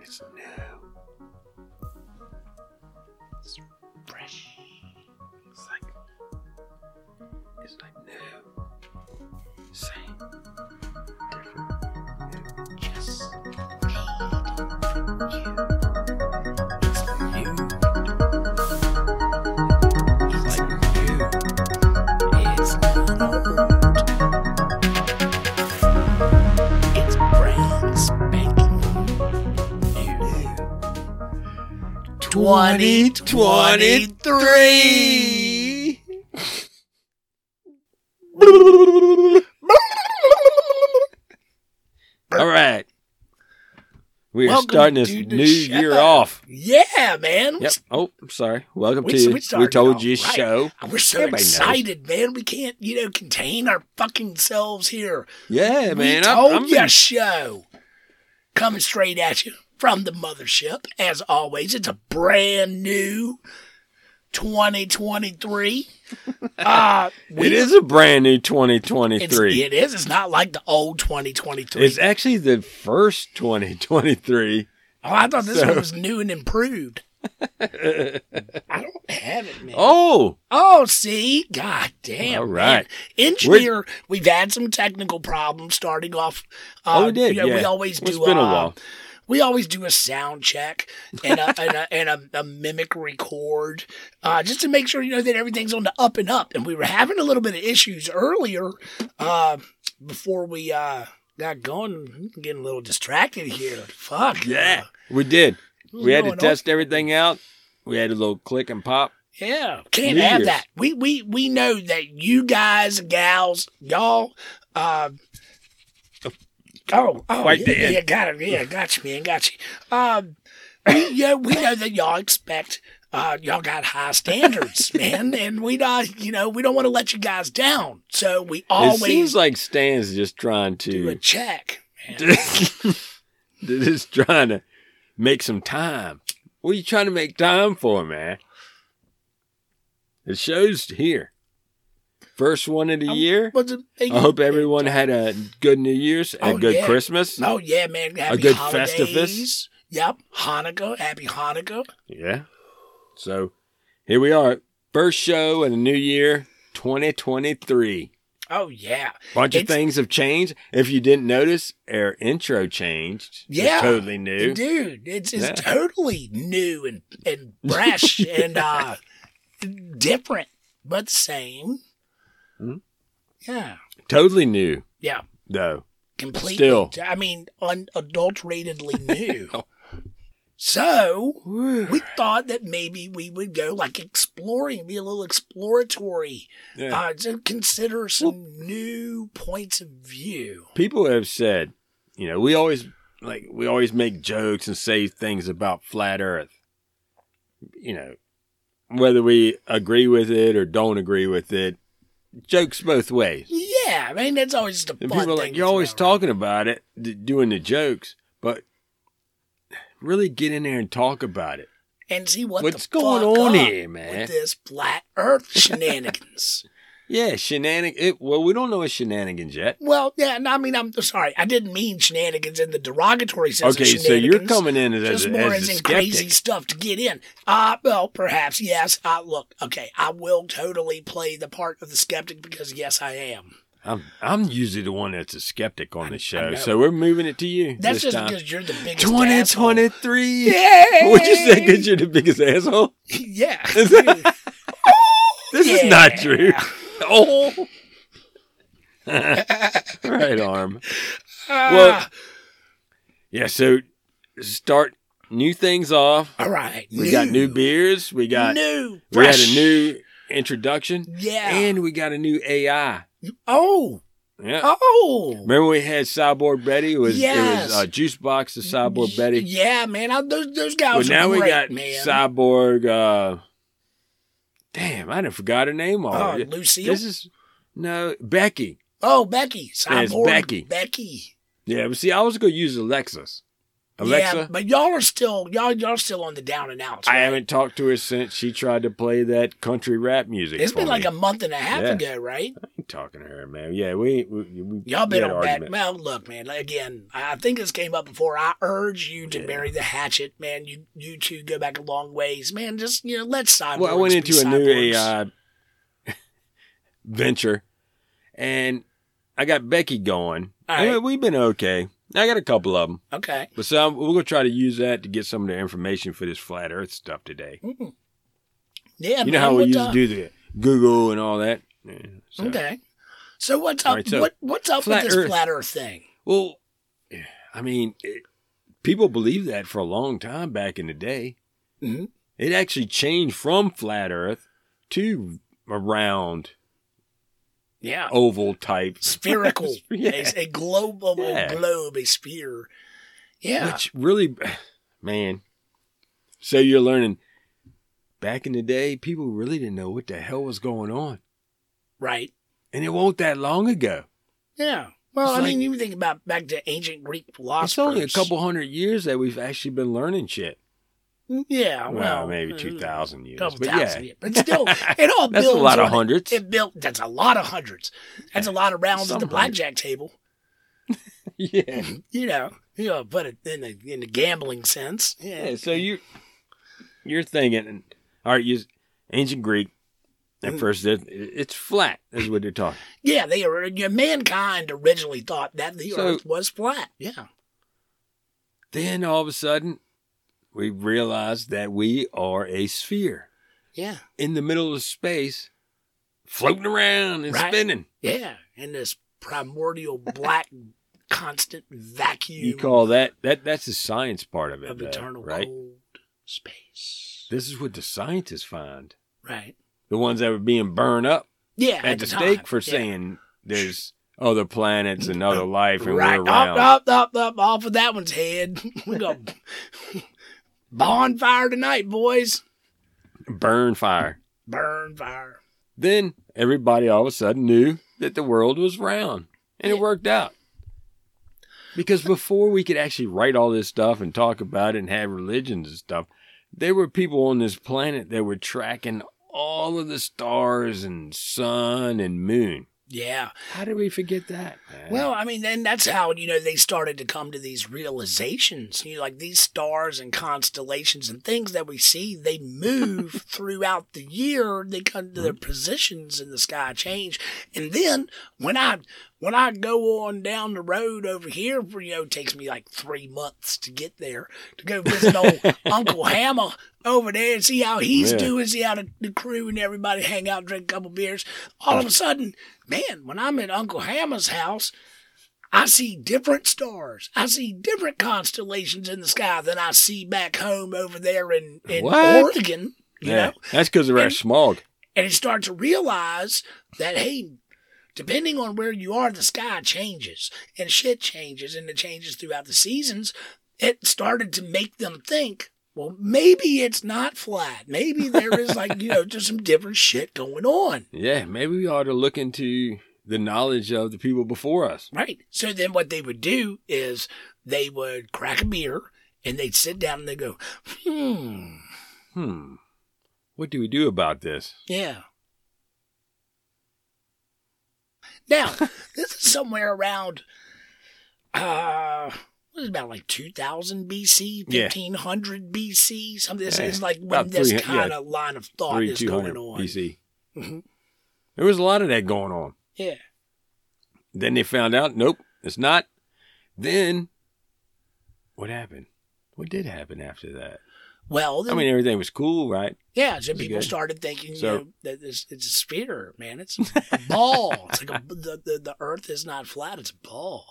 It's new. It's fresh. It's like it's like new. Same. Different. New. Just made you. It's new. It's like new. It's not old. It's brand spanking new. 2023. All right. We are Welcome starting this to the new show. year off. Yeah, man. Yep. Oh, I'm sorry. Welcome We- to we We started Told off You right. Show. We're so Everybody knows. excited, man. We can't, you know, contain our fucking selves here. Yeah, man. we I'm- told I'm ya been- show. Coming straight at you from the mothership, as always. It's a brand new 2023. uh, It is a brand new it's, 2023. it is. It's not like the old 2023. It's actually the first 2023. oh, I thought this so- one was new and improved. I don't have it, man. Oh, Oh, see, god damn! All man. right. engineer. We've had some technical problems starting off. Uh, oh, we did. you know, yeah. We always It's do. been a uh, while. We always do a sound check and a and a, and a, a mimic record, uh, just to make sure you know that everything's on the up and up. And we were having a little bit of issues earlier uh, before we uh, got going. I'm getting a little distracted here. Fuck Yeah, we did. What's We had to going on? test everything out. We had a little click and pop. Yeah, can't New have Year's. that. We we we know that you guys, gals, y'all. Uh, oh, oh, Right yeah, there. yeah, got it. Yeah, got you, man, got you. Um, we, yeah, we know that y'all expect. Uh, y'all got high standards, man, and we not, you know, we don't want to let you guys down. So we it seems always like Stan's just trying do a to, check. man. just trying to make some time. What are you trying to make time for, man? The show's here. First one of the I'm- year. What's it- I hope everyone had a good New Year's, a Oh, good yeah. Christmas. Oh yeah, man! Happy good holidays. Festivus. Yep, Hanukkah. Happy Hanukkah. Yeah. So here we are. First show in the new year, 2023. Oh yeah. Bunch of It's- things have changed. If you didn't notice, our intro changed. It's Yeah. totally new. Dude, it's, it's Yeah. totally new and, and fresh and uh, different, but same. Mhm. Yeah. Totally new, Yeah. though. Completely. Still. I mean, unadulteratedly new. So we thought that maybe we would go like exploring, be a little exploratory, Yeah. uh, to consider some new points of view. People have said, you know, we always like we always make jokes and say things about flat Earth. You know, whether we agree with it or don't agree with it, jokes both ways. Yeah, I mean that's always the And fun people are thing like, you're to always throw around." talking about it, d- doing the jokes, but really get in there and talk about it. and see what What's the going fuck on up here, man? With this flat Earth shenanigans. Yeah, shenanigans. It, well, we don't know a shenanigans yet. well, yeah, and I mean, I'm sorry, I didn't mean shenanigans in the derogatory sense. of Okay, so you're shenanigans, coming in as, just a- more as a in skeptic. crazy stuff to get in. Uh well, perhaps yes. Uh, look, okay, I will totally play the part of the skeptic because yes, I am. I'm I'm usually the one that's a skeptic on the show, know. so we're moving it to you That's this just time. because you're the biggest. asshole. 2023. Yay! Would you say because you're the biggest asshole? yeah. Is that- This is not Yeah. true. Oh. right arm. Well, Ah, yeah, so start new things off. all right. We got new beers. We got new. we had a fresh. new introduction, Yeah. and we got a new AI. oh. Yeah. Oh. Remember we had Cyborg Betty? It was it Yes. was uh, Juice Box the Cyborg Betty. Yeah, man. I, those those Well, guys now are we great, got man. Cyborg. Uh, damn, I didn't forgot her name oh, already. Lucille. this is no Becky. oh, Becky. Yeah, it's Cyborg Becky. Becky. Yeah, but see, I was gonna use Alexis. Alexa. Yeah, but y'all are still y'all y'all are still on the down and out. I haven't talked to her since she tried to play that country rap music. It's for been me. like a month and a half Yeah. ago, right? I'm talking to her, man. Yeah, we, we, we Y'all we been on had an back. argument. Well, look, man. like, Again, I I think this came up before. I urge you to Yeah. bury the hatchet, man. You you two go back a long ways, man. Just you know, let cyborgs. Well, I went be into a new cyborgs. AI venture, and I got Becky going. All right. Yeah, we've been okay. I got a couple of them, Okay. but some we're gonna try to use that to get some of the information for this flat Earth stuff today. Mm. Yeah, you man, know how we what, used uh, to do the Google and all that. Yeah, so. Okay. So what's up? All right, so what what's up with flat this Earth. flat Earth thing? Well, I mean, it, people believed that for a long time back in the day. Mhm. It actually changed from flat Earth to a round Yeah, oval type Oh, spherical, Yeah. a, a global Yeah. globe, a sphere. Yeah, Which really, man. So you're learning. Back in the day, people really didn't know what the hell was going on, right. and it won't that long ago. Yeah. Well, It's I like- mean, you think about back to ancient Greek philosophers. It's only a couple hundred years that we've actually been learning shit. Yeah. Well, Well, maybe uh, two thousand years, Couple but thousand. yeah, Yeah. But still, it all That's a builds. lot of on it. hundreds. It built. That's a lot of hundreds. That's a lot of rounds at the Some blackjack table. yeah, You know. You know, but it- in the in the gambling sense. yeah. So you, you're thinking, all right, you ancient Greek. At Mm. first, it- it's flat. Is what they're talking. Yeah, they are. yeah, Mankind originally thought that the So- Earth was flat. Yeah, Then all of a sudden, we realize that we are a sphere. yeah, in the middle of space, floating around and Right. spinning. yeah. In this primordial black, constant vacuum You call that that that's the science part of it, of though, eternal right? cold space. This is what the scientists find. Right. The ones that were being burned up Yeah. at, the, time. stake for Yeah. saying there's other planets and other life and Right. we're Up, around. up, up, up, off of that one's head. we go bonfire tonight, boys. Burn fire. Burn fire. Then everybody all of a sudden knew that the world was round and it worked out. Because before we could actually write all this stuff and talk about it and have religions and stuff, there were people on this planet that were tracking all of the stars and sun and moon. Yeah. How did we forget that? man? Well, I mean, then that's how you know they started to come to these realizations. You know, like these stars and constellations and things that we see, they move throughout the year. They come to their positions in the sky change, and then when I when I go on down the road over here, for you know, it takes me like three months to get there to go visit old Uncle Hammer over there and see how he's Yeah. doing, see how the, the crew and everybody hang out, drink a couple beers. All of a sudden, man, when I'm at Uncle Hammer's house, I see different stars. I see different constellations in the sky than I see back home over there in, in What? Oregon. You yeah, know? that's because of our and- smog. And you start to realize that, hey, depending on where you are, the sky changes and shit changes and it changes throughout the seasons. It started to make them think, well, maybe it's not flat. Maybe there is like, you know, just some different shit going on. Yeah, maybe we ought to look into the knowledge of the people before us. Right. So then what they would do is they would crack a beer and they'd sit down and they go, hmm, Hmm. What do we do about this? yeah. Now, this is somewhere around, uh, what is it, about like 2000 BC, Yeah. 1500 BC, something. This Yeah, is like when about this 300 yeah, kind of line of thought Three is two going hundred on. BC. Mhm. There was a lot of that going on. Yeah. Then they found out, nope, it's not. Then what happened? What did happen after that? Well, I then, mean, everything was cool, right? yeah, so it's people good. started thinking, you So- know, that it's, it's a sphere, man. It's a ball. it's like a, the, the, the earth is not flat, it's a ball.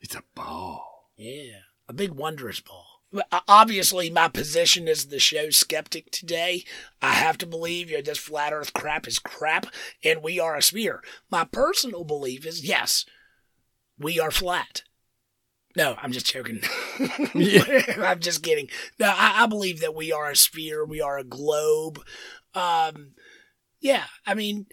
It's a ball. Yeah, a big wondrous ball. But, uh, Obviously, my position is the show skeptic today. I have to believe you know, this flat Earth crap is crap, and we are a sphere. My personal belief is yes, we are flat. No, I'm just joking. Yeah. I'm just kidding. No, I, I believe that we are a sphere. We are a globe. Um, yeah, I mean,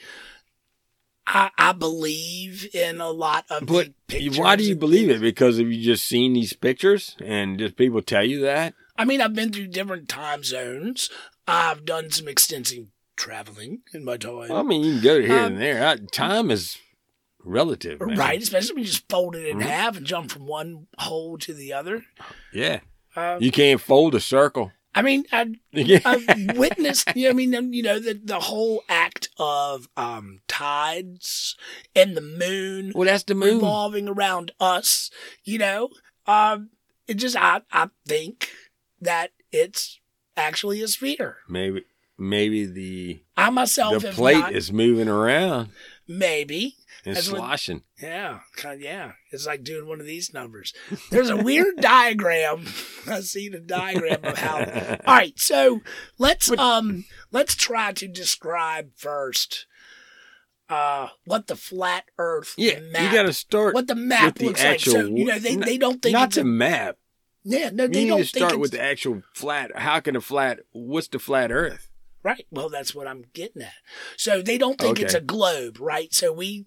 I, I believe in a lot of But big pictures. Why do you believe it? Because have you just seen these pictures and just people tell you that? I mean, I've been through different time zones. I've done some extensive traveling in my time. I mean, you can go here Um, and there. I, time is relative, man. Right, especially when you just fold it in Mhm. half and jump from one hole to the other. Yeah, Um, you can't fold a circle. I mean, I Yeah. I've witnessed, you know, I mean, um, you know, the, the whole act of um, tides and the moon well, that's the moon. revolving around us, you know, um, it just, I, I think that it's actually a sphere. Maybe, maybe the I myself the have plate not, is moving around maybe. and That's what- sloshing. Yeah, kind yeah. It's like doing one of these numbers. There's a weird diagram. I see the diagram of how All right, so let's um let's try to describe first uh what the flat Earth yeah, map, you got to start what the map with the looks like. So actual- you know they, not- they don't think not it's the a, map. yeah no You they need don't to think start it's with the actual flat. How can a flat? What's the flat Earth? right. Well, that's what I'm getting at. So they don't think it's a Okay. globe, right? So we.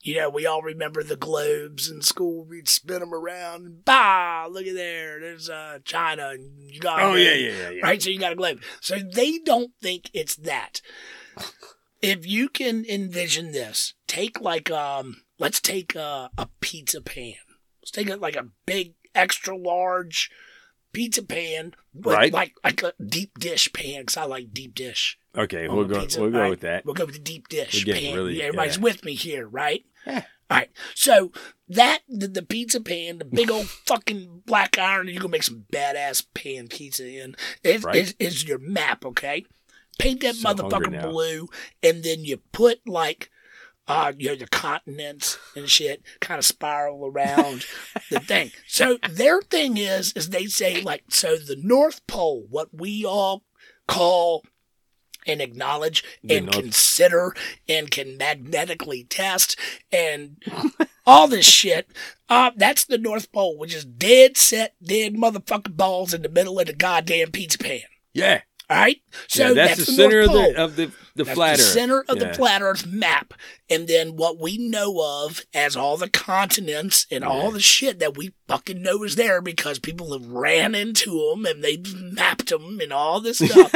You know, we all remember the globes in school. We'd spin them around. and Bah! Look at there. There's uh, China and Uganda. Oh and yeah, yeah, yeah. yeah. right? So you got a globe. So they don't think it's that. If you can envision this, take like um, let's take a, a pizza pan. Let's take a, like a big, extra large pizza pan, with Right. Like like a deep dish pan, because I like deep dish. Okay, on we'll the go. pizza, we'll go right? with that. We'll go with the deep dish We're getting pan. really- Yeah, Everybody's yeah. with me here, right? Yeah. All right. So that the, the pizza pan, the big old fucking black iron, that you can make some badass pan pizza in. Is Right. is, is your map okay? Paint that So hungry motherfucker now. blue, and then you put like. Uh, you know, the continents and shit kind of spiral around the thing. So their thing is, is they say like, so the North Pole, what we all call and acknowledge The and North- consider and can magnetically test and all this shit. Uh, that's the North Pole, which is dead set, dead motherfucking balls in the middle of the goddamn pizza pan. Yeah, All right, so yeah, that's, the, center North of Pole. the of the the That's flat the Earth. center of Yeah. the flat Earth map, and then what we know of as all the continents and all Yeah. the shit that we fucking know is there because people have ran into them and they mapped them and all this stuff.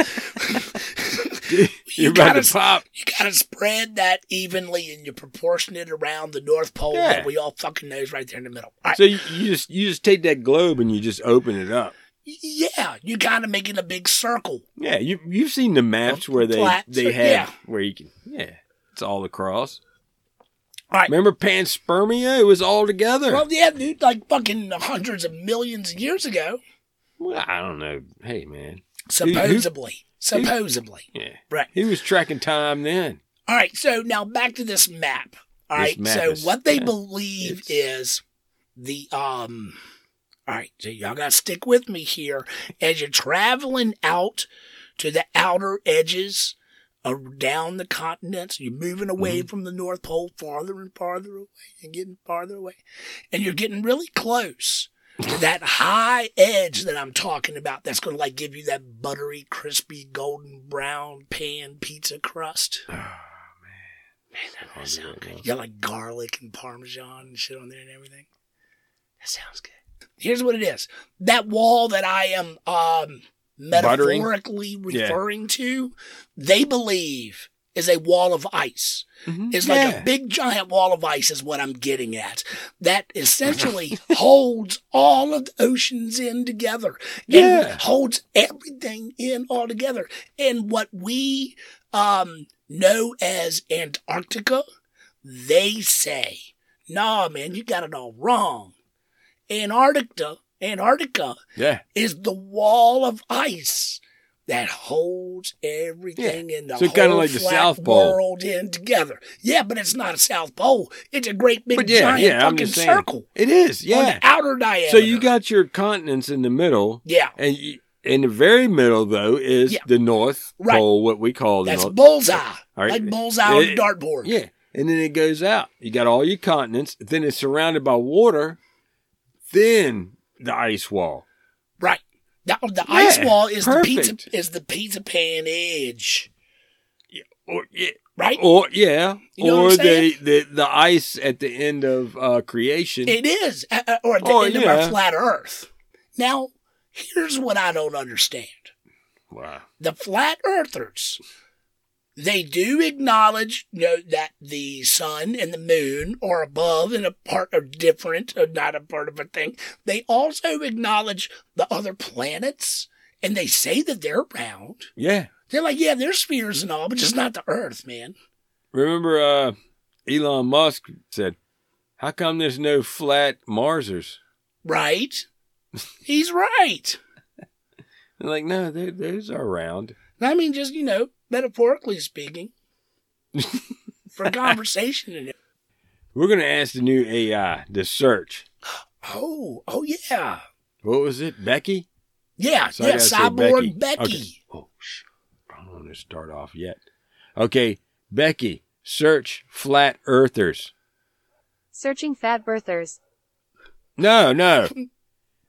You're You about gotta to pop. you gotta spread that evenly and you proportion it around the North Pole Yeah. that we all fucking know is right there in the middle. All right. So you, you just you just take that globe and you just open it up. yeah, you gotta make it a big circle. Yeah, you you've seen the maps where they Flats, they have yeah. where you can yeah, it's all across. All right. Remember panspermia? It was all together. Well, yeah, dude, like fucking hundreds of millions of years ago, Well, I don't know. Hey man, who- supposedly. supposedly. yeah, Right. He was tracking time then. All right, so now back to this map. All This right, map so is- what they yeah, believe it's- is the um. All right, so y'all gotta stick with me here as you're traveling out to the outer edges, uh, down the continents. You're moving away Mm-hmm. from the North Pole, farther and farther away, and getting farther away, and you're getting really close to that high edge that I'm talking about. That's gonna like give you that buttery, crispy, golden brown pan pizza crust. That sounds good. You got like garlic and parmesan and shit on there and everything. That sounds good. Here's what it is. That wall that I am um Buttering? metaphorically Yeah. referring to, they believe is a wall of ice. It's like a big giant wall of ice is what I'm getting at. That essentially holds all of the oceans in together. and Yeah. holds everything in all together. And what we um know as Antarctica, they say, nah man, you got it all wrong. Antarctica Antarctica yeah. is the wall of ice that holds everything in the So kind kinda of like the South Pole. world in together. Yeah, but it's not a South Pole. It's a great big But yeah, giant yeah, I'm fucking just saying. circle It is. on Yeah. the outer diameter. So you got your continents in the middle, yeah, and you, in the very middle though is Yeah. the North Right. Pole, what we call the that's North. bullseye, All right. like bullseye on a It- dartboard. Yeah. And then it goes out. You got all your continents. Then it's surrounded by water. Then the ice wall. Right. The, the ice Yeah, wall is perfect. the pizza is the pizza pan edge. or yeah, right? or yeah, You know or what I'm the, saying? the the ice at the end of uh, creation. It is, uh, uh, or at the Oh, end of yeah. our flat Earth. Now, here's what I don't understand: wow. the flat Earthers, they do acknowledge you know, that the sun and the moon are above and a part of different, or not a part of a thing. They also acknowledge the other planets, and they say that they're round. Yeah. They're like, yeah, they're spheres and all, but just not the Earth, man. Remember, uh, Elon Musk said, "How come there's no flat Marsers?" Right? He's right. They're like, no, they, those are round. I mean, just, you know, metaphorically speaking, for conversation and We're gonna ask the new AI to search. Oh, oh, yeah. What was it, Becky? Yeah, So I yeah, gotta say cyborg Becky. Okay. Oh, sh- I don't want to start off yet. Okay, Becky, search flat earthers. Searching fat birthers. No, no,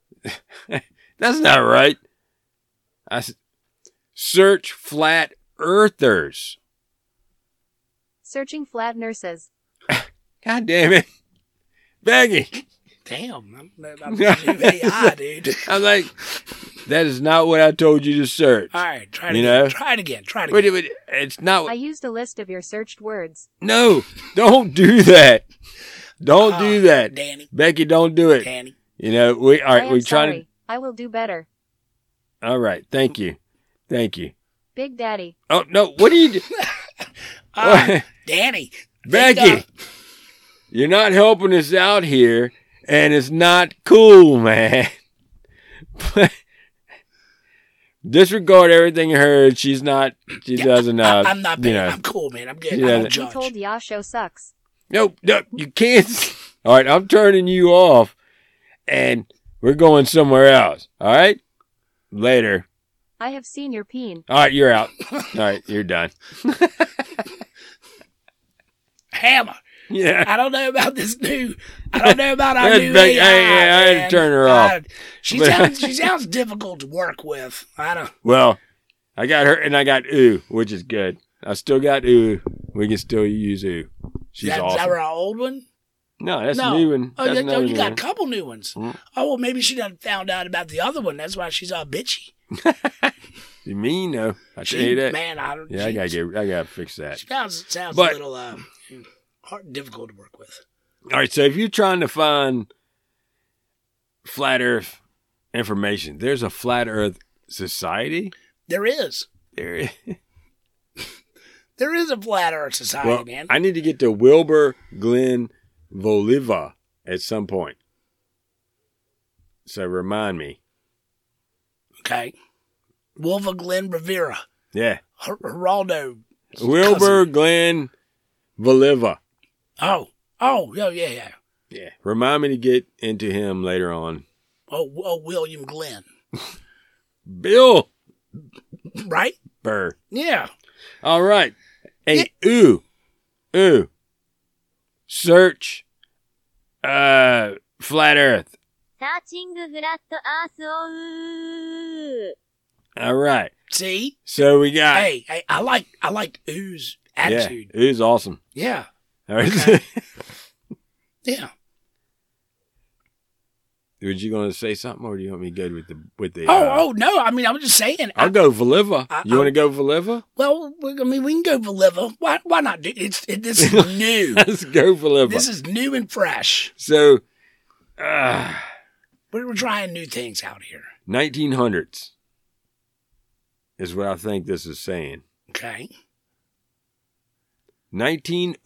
that's not right. I s- search flat earthers. Searching flat nurses. God damn it, Becky! Damn, I'm, I'm new AI, dude. I'm like, that is not what I told you to search. All right, try it You again. know? Try it again. Try it But again. it, would- it's not. I used a list of your searched words. No, don't do that. Don't do Ah, that, Danny. Becky. Don't do it. Danny. You know, we all I right. am We try sorry. to. I will do better. All right. Thank you. Thank you. Big Daddy. Oh no! What are you, do- Ah, Danny. Becky? Take You're not helping us out here, and it's not cool, man. Disregard everything you heard. She's not. She Yeah, doesn't. I, Uh, I'm not you bad. know. I'm cool, man. I'm good. Yeah, I don't that- You judge. told Yasho sucks. Nope, nope, you can't. s- All right, I'm turning you off, and we're going somewhere else. All right, later. I have seen your peen. All right, you're out. All right, you're done. Hammer. Yeah, I don't know about this new. I don't know about our That's new big- AI. I- I- I had to man. turn her off. I- she But- sounds she sounds difficult to work with. I don't. well, I got her, and I got ooh, which is good. I still got ooh. We can still use ooh. She's that, Is that awesome. our old one? No, that's No. a new one. Oh, That's yeah, oh, another you new got a one. couple new ones. Mm. Oh well, maybe she done found out about the other one. That's why she's all bitchy. You mean though? I tell She, you that. man, I don't. yeah, she, I gotta get. I gotta fix that. She sounds sounds But- a little um, hard, difficult to work with. All right, so if you're trying to find flat Earth information, there's a flat Earth society. There is There, is- there is a flat Earth society, well, man. I need to get to Wilbur Glenn Voliva at some point. So remind me. okay, Wolva Glenn Rivera, Yeah, Her- Geraldo. Wilbur Glenn Voliva. Oh, oh, yeah, yeah, yeah. Yeah, remind me to get into him later on. Oh, oh, William Glenn, Bill right? Burr. Yeah. All right. And ooh, ooh, search, uh, flat Earth. サーチングフラットアースをうー。 All right. See, So we got hey, hey, I like I like Ooze yeah, attitude. ooh's awesome. Yeah, All right. Okay. yeah. Were you going to say something, or do you want me to go with the with the? uh, Oh, oh no, I mean, I'm just saying. I'll I, go Voliva. I- you want to go Voliva? well, we- I mean, we can go Voliva. Why? Why not? do- It's it, this is new. Let's go Voliva. this is new and fresh. so, uh, We're, we're trying new things out here. 1900s is what I think this is saying. Okay. 1906,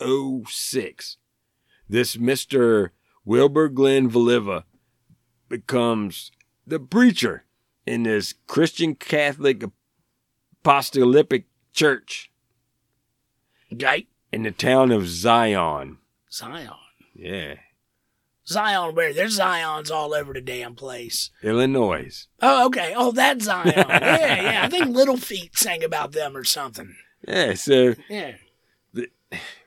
this Mr. Wilbur Glenn Voliva becomes the preacher in this Christian Catholic apostolic church Okay. in the town of Zion. Zion. Yeah. Zion, where there's Zions all over the damn place. Illinois. Oh, okay. Oh, that Zion. yeah, yeah. I think Little Feet sang about them or something. Yeah, so Yeah.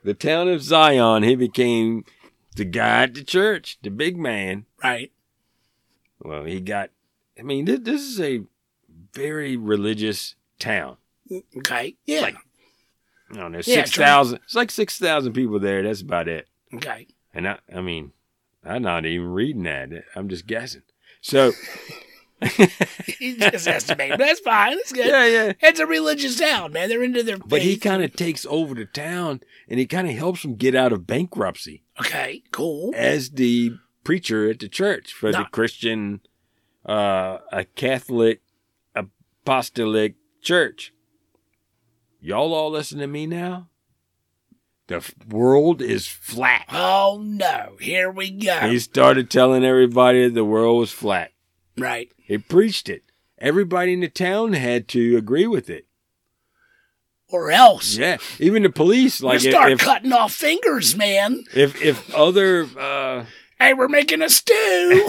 the town of Zion, he became the guy at the church, the big man. Right. Well, he got, I mean, this, this is a very religious town. Okay. Yeah. Like- I don't know, Yeah, six thousand. It's like six thousand people there. That's about it. Okay. And I, I mean, I'm not even reading that. I'm just guessing. So He's just estimating. But that's fine. That's good. yeah, yeah. It's a religious town, man. They're into their But he faith. kind of takes over the town, and he kind of helps them get out of bankruptcy Okay, cool. as the preacher at the church for the Nah. Christian, uh, a Catholic, apostolic church. Y'all all listen to me now. The f- world is flat. Oh no, here we go. He started telling everybody the world was flat. right. He preached it. Everybody in the town had to agree with it. Or else. Yeah, even the police. Like you if start if, cutting off fingers, man. if if other uh, Hey, we're making a stew.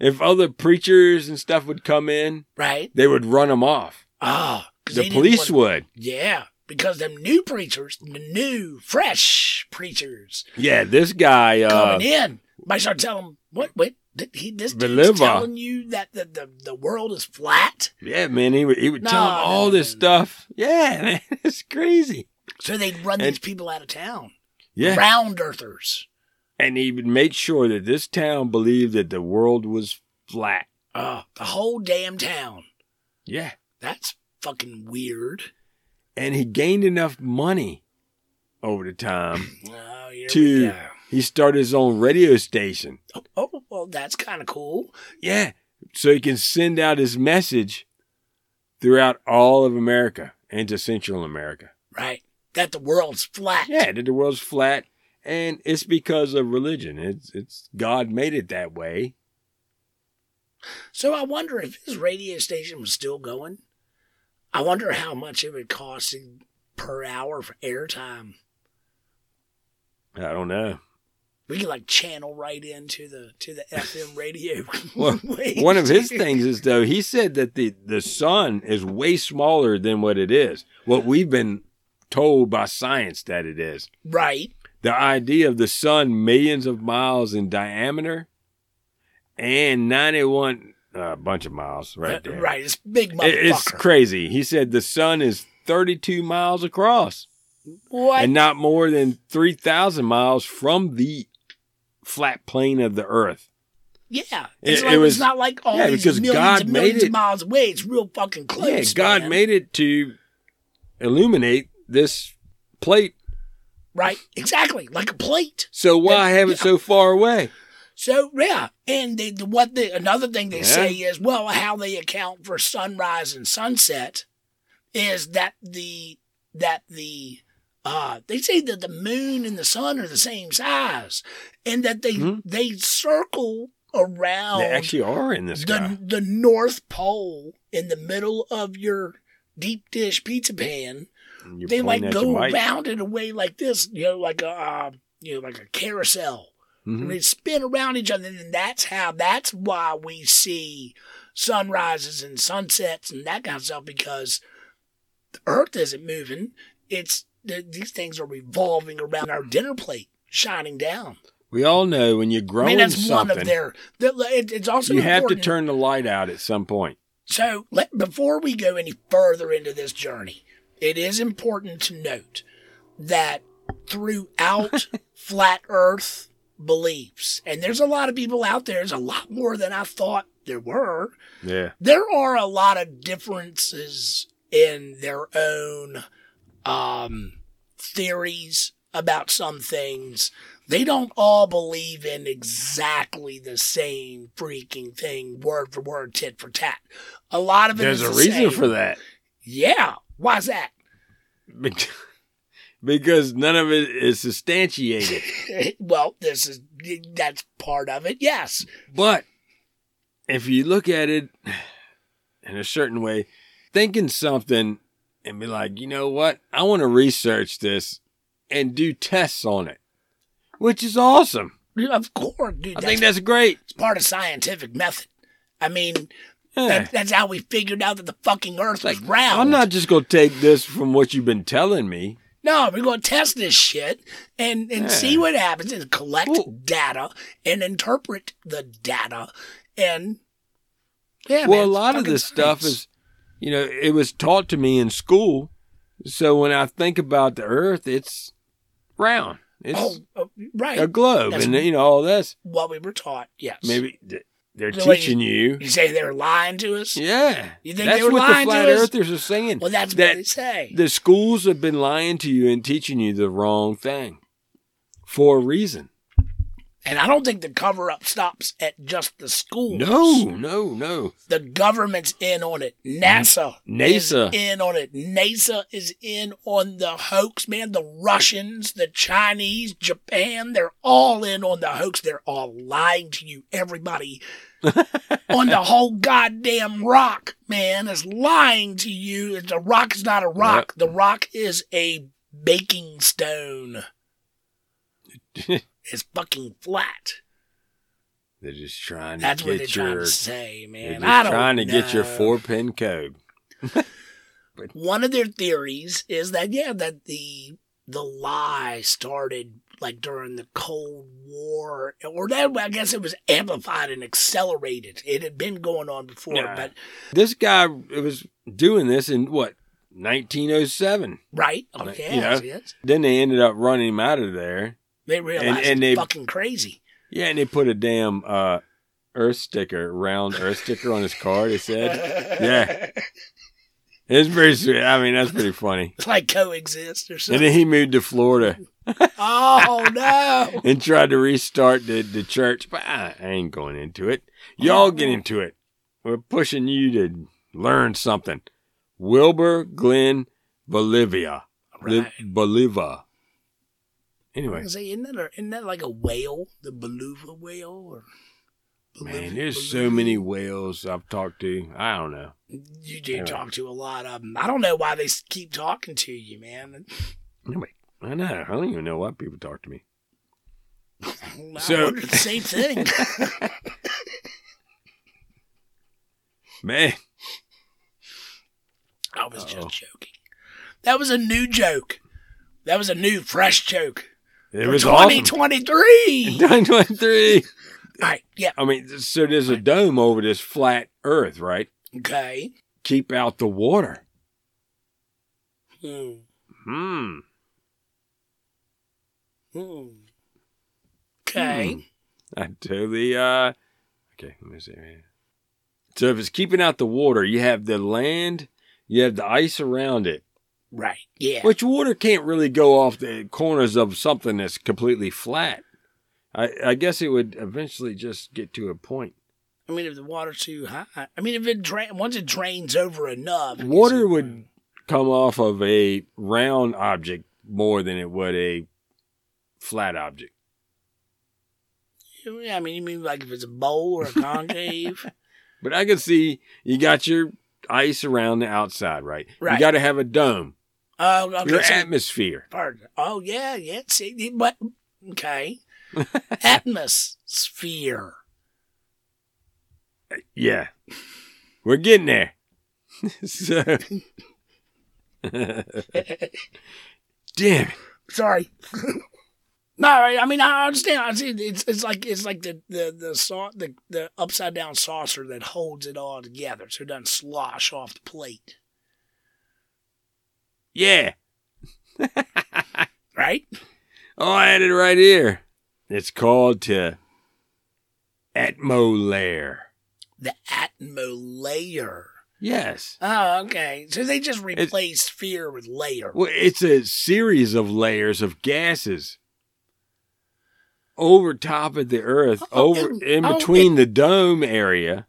if other preachers and stuff would come in, right. they would run them off. Oh, 'cause they The didn't police want- would. Yeah, because them new preachers, the new fresh preachers Yeah, this guy. Uh, coming in, might start telling them what. Wait, th- he this Believer. dude's telling you that the, the the world is flat. yeah, man, he would he would tell No, them no, all no, this no. stuff. Yeah, man, it's crazy. So they'd run And- these people out of town. Yeah, Round earthers. and he would make sure that this town believed that the world was flat. Ah. Oh, the whole damn town. Yeah, That's fucking weird. and he gained enough money over the time Oh, here we to go. he started his own radio station. Oh, oh, well, that's kind of cool. Yeah, so he can send out his message throughout all of America and to Central America. Right. That the world's flat. Yeah, that the world's flat, and it's because of religion. It's it's God made it that way. So I wonder if his radio station was still going. I wonder how much it would cost him per hour for airtime. I don't know. We could like channel right into the to the FM radio. Well, waves. One of his things is though he said that the the sun is way smaller than what it is. What we've been told by science that it is. Right. the idea of the sun millions of miles in diameter and 91 a bunch of miles right Uh, there Right. It's big It- motherfucker. it's crazy he said the sun is 32 miles across what? and not more than 3000 miles from the flat plane of the earth yeah. It's, it- like, it was- it's not like all yeah, these because millions God and made millions it- of miles away. It's real fucking close. yeah god man. made it to illuminate this plate Right. Exactly. Like a plate. so why Yeah, have it yeah. so far away So yeah, and they, the, what the another thing they Yeah. say is well how they account for sunrise and sunset is that the that the uh they say that the moon and the sun are the same size and that they Mhm. they circle around they actually are in the sky the the North Pole in the middle of your deep dish pizza pan And you're they pointing like at your go mic. around in a way like this you know like a uh, you know like a carousel Mhm. and they spin around each other and that's how that's why we see sunrises and sunsets and that kind of stuff because the earth isn't moving it's th- these things are revolving around our dinner plate shining down we all know when you're i growing mean that's something one of their that- it- it's also you have to important- turn the light out at some point. So, let, before we go any further into this journey, it is important to note that throughout flat earth beliefs, and there's a lot of people out there, there's a lot more than I thought there were, Yeah. there are a lot of differences in their own um, theories about some things. They don't all believe in exactly the same freaking thing, word for word, tit for tat. A lot of it There's is a the same. reason for that. Yeah. Why's that? Bec- Because none of it is substantiated. well, this is that's part of it. Yes. but if you look at it in a certain way, thinking something and be like, you know what? I want to research this and do tests on it, which is awesome. Of course, dude. I That's, think that's great. part of scientific method. I mean, Yeah. that, that's how we figured out that the fucking Earth was round. I'm not just going to take this from what you've been telling me. No, we're going to test this shit and, and Yeah. see what happens and collect Well- data and interpret the data. And, yeah, man, well, a it's lot of fucking this stuff science. is you know, it was taught to me in school. So when I think about the Earth, it's round. It's oh, oh, right. a globe, That's- and you know all this. what we were taught. Yes. Maybe th- they're The way teaching you. You say they were lying to us? Yeah, You think that's they were what lying the to flat us? earthers are saying. Well, that's what that they say. the schools have been lying to you and teaching you the wrong thing for a reason. and I don't think the cover up stops at just the schools. No, no, no. The government's in on it. NASA. Is NASA. in on it. NASA is in on the hoax, man. The Russians, the Chinese, Japan, they're all in on the hoax. They're all lying to you. Everybody on the whole goddamn rock, man, is lying to you. The rock is not a rock. The rock is a baking stone. It's fucking flat. They're just trying to That's what they're get trying your. to say, man. They're just I don't trying to get your know. four pin code. One of their theories is that yeah, that the the lie started like during the Cold War, or that I guess it was amplified and accelerated. It had been going on before, Yeah. but This guy was doing this in what 1907. right? Oh, Like, yeah, you know, yes. Then they ended up running him out of there. They realized and it's they- fucking crazy. Yeah, and they put a damn uh, Earth sticker, round Earth sticker on his car. They said Yeah. it's pretty. sweet. I mean, that's pretty funny. It's like coexist or And something. then he moved to Florida oh no! and tried to restart the, the church, but I ain't going into it. Y'all get into it. We're pushing you to learn something. Wilbur Glenn Bolivia. Li- Right. Boliva. Anyway, Say, isn't that, a, isn't that like a whale, the beluga whale? Or man, there's so many whales I've talked to. I don't know. You do Anyway. talk to a lot of them. I don't know why they s- keep talking to you, man. Anyway, I know. I don't even know why people talk to me. I So- wonder the same thing. Man, I was Uh-oh. just joking. That was a new joke. That was a new, fresh joke. it for was awesome. 2023. Done one three. All right. Yeah. I mean, so there's a dome over this flat Earth, right? Okay. Keep out the water. Hmm. Hmm. Hmm. Okay. Hmm. I totally. Uh, okay, let me see. here. So if it's keeping out the water, you have the land, you have the ice around it, Right. Yeah. which water can't really go off the corners of something that's completely flat. I, I guess it would eventually just get to a point. I mean, if the water's too high, I mean, if it dra- once it drains over enough, it Water gets- would come off of a round object more than it would a flat object. I mean, you mean like if it's a bowl or a concave? But I can see you got your ice around the outside, right? Right. You got to have a dome, Oh, okay. your so- atmosphere. Pardon. Oh yeah, yeah. See, you- but okay. Atmosphere. Yeah. We're getting there. so. Damn it. Sorry. No, I I mean I understand. I see. It's it's like it's like the the the sau the, the upside down saucer that holds it all together, so it doesn't slosh off the plate, Yeah. right? Oh, I had it right here. It's called uh, to Atmo Lair. The atmo layer. Yes. Oh, okay. So they just It's- replaced fear with layer. Well, it's a series of layers of gases over top of the earth, Oh, over it- in oh, between the dome area.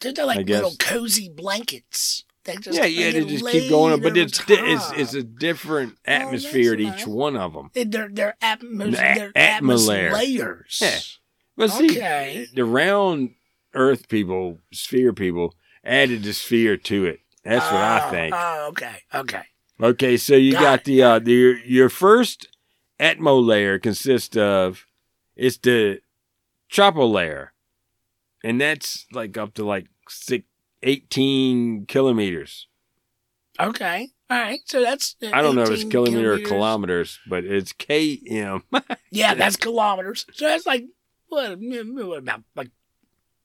They're, they're I like guess. little cozy blankets. They just yeah, yeah, lay they it just keep going up, but layered it's over it's top. Oh, it's a different that's atmosphere at nice. each one of them. They- They're they're atmos The a- they're atmo atmos layer. layers. Yeah. But see, Okay. the round Earth people, sphere people, added the sphere to it. That's what I Oh, think. Oh, okay, okay. Okay, so you got got, the uh, the your, your first atmo layer consists of it's the tropo layer, and that's like up to like six, 18 kilometers. Okay. All right. So that's uh, I don't know if it's 18 kilometer or kilometers. Oh kilometers, but it's km. Yeah, that's kilometers. So that's like what, mm, what about like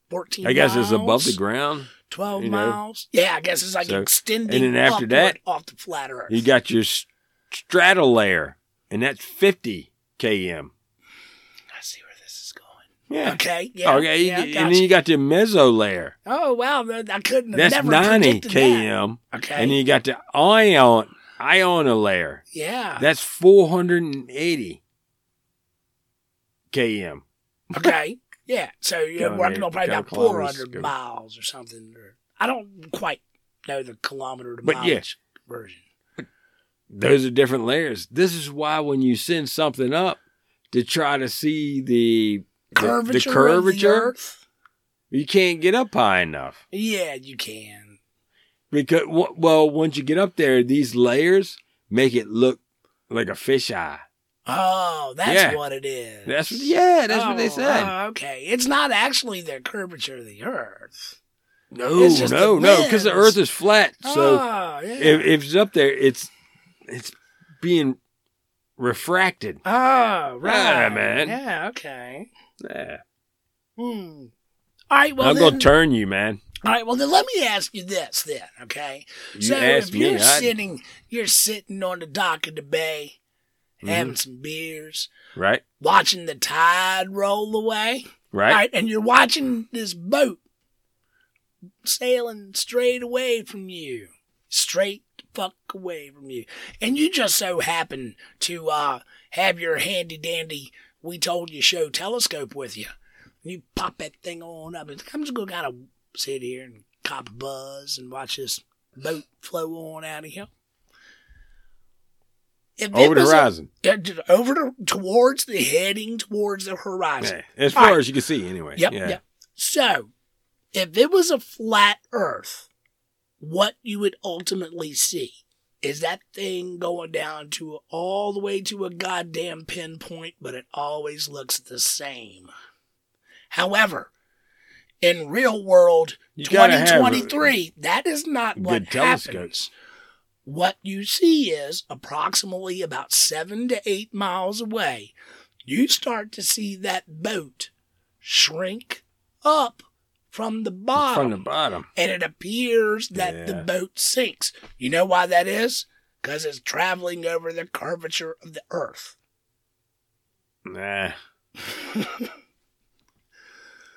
fourteen? I guess it's above the miles? ground. 12 You know? miles. Yeah, I guess it's like So- extending and then after upward that- off the flat earth. You got your s- straddle layer, and that's 50 km. I see where this is going. Yeah. Okay. Yeah. okay. yeah, I and got then you. you got your meso layer. Oh, wow. th- I couldn't have That's never 90 predicted that. km. Okay. And then you got the ion iona layer. yeah. That's 480 km. okay. Yeah. So you're Go working ahead, on probably go about kilometers, 400 go. miles or something. Or, I don't quite know the kilometer to But mile yes, version. those are different layers. This is why when you send something up to try to see the the- Curvature. the, of the curvature, Earth? you can't get up high enough. Yeah, you can. Because w- well, once you get up there, these layers make it look like a fisheye. Oh, that's Yeah. what it is. That's yeah, that's what they Oh, said. oh, okay. It's not actually the curvature of the Earth. no, it's just Oh, no, the no, because the winds. Earth is flat. So oh, yeah. if, if it's up there, it's it's being refracted. oh, right. Yeah, man. Yeah, okay. Yeah. Hmm. All right, well, I'm then, gonna turn you, man. all right, well, then let me ask you this then, okay? You so asked if you're me. I- sitting, you're sitting on the dock of the bay, Mhm. having some beers, right, watching the tide roll away, right. All right, and you're watching this boat sailing straight away from you, straight the fuck away from you, and you just so happen to uh, have your handy dandy "We Told You Show" telescope with you. You pop that thing on up. It's like, I'm just gonna kind of sit here and cop a buzz and watch this boat flow on out of here. If it Over the was a- horizon, yeah, just over the, towards the heading towards the horizon. Yeah, as far Alright. as you can see, anyway. Yep, yeah. yep. So, if it was a flat Earth, what you would ultimately see is that thing going down to all the way to a goddamn pinpoint, but it always looks the same. However, in real world You gotta have a- 2023, that is not what good telescope. happens. What you see is approximately about seven to eight miles away. You start to see that boat shrink up from the bottom From the bottom. and it appears that the Yeah. boat sinks. You know why that is? Because it's traveling over the curvature of the earth. Nah.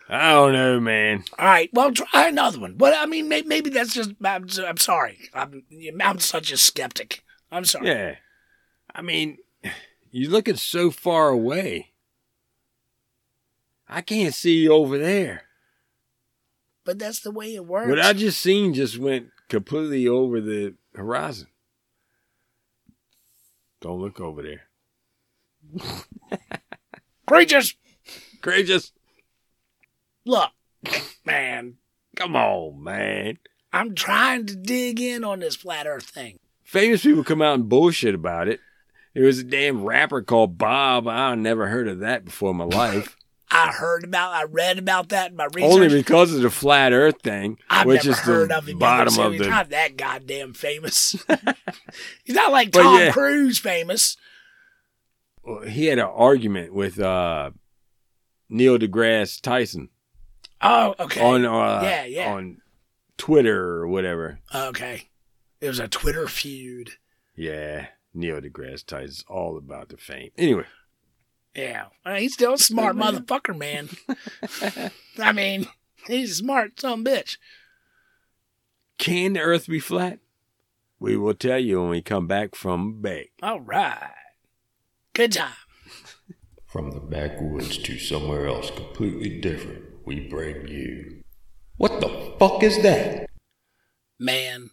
I don't know, man. All right, well, try another one. But I mean, may- maybe that's just. I'm, s- I'm sorry. I'm, I'm such a skeptic. I'm sorry. Yeah. I mean, you're looking so far away. I can't see you over there. But that's the way it works. What I just seen just went completely over the horizon. Don't look over there. Creatures, Courageous. look, man, Come on, man. I'm trying to dig in on this flat earth thing. Famous people come out and bullshit about it. There was a damn rapper called Bob. I never heard of that before in my life. I heard about, I read about that in my research. Only because of the flat Earth thing, I've which never is heard the of him. bottom either, so of he's the. not that goddamn famous. he's not like But Tom yeah. Cruise famous. He had an argument with uh, Neil deGrasse Tyson Oh, okay. on uh, Yeah, yeah. on Twitter or whatever. okay. It was a Twitter feud. Yeah, Neil deGrasse Tyson's all about the fame. Anyway, Yeah. Well, he's still a smart motherfucker, man. I mean, he's a smart son of a bitch. can the Earth be flat? We will tell you when we come back from break. All right. Good time. From the backwoods to somewhere else completely different, we bring you. What the fuck is that? Man,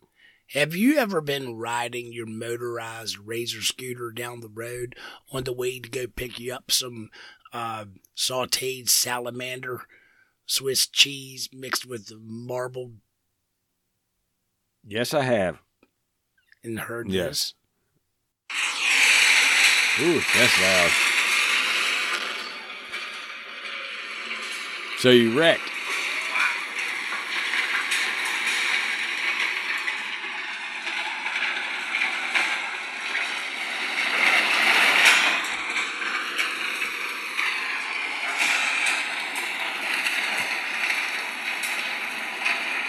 have you ever been riding your motorized razor scooter down the road on the way to go pick you up some uh, sauteed salamander, Swiss cheese mixed with marbled Yes, I have. and heard Yes. Ooh, that's loud. So you wrecked.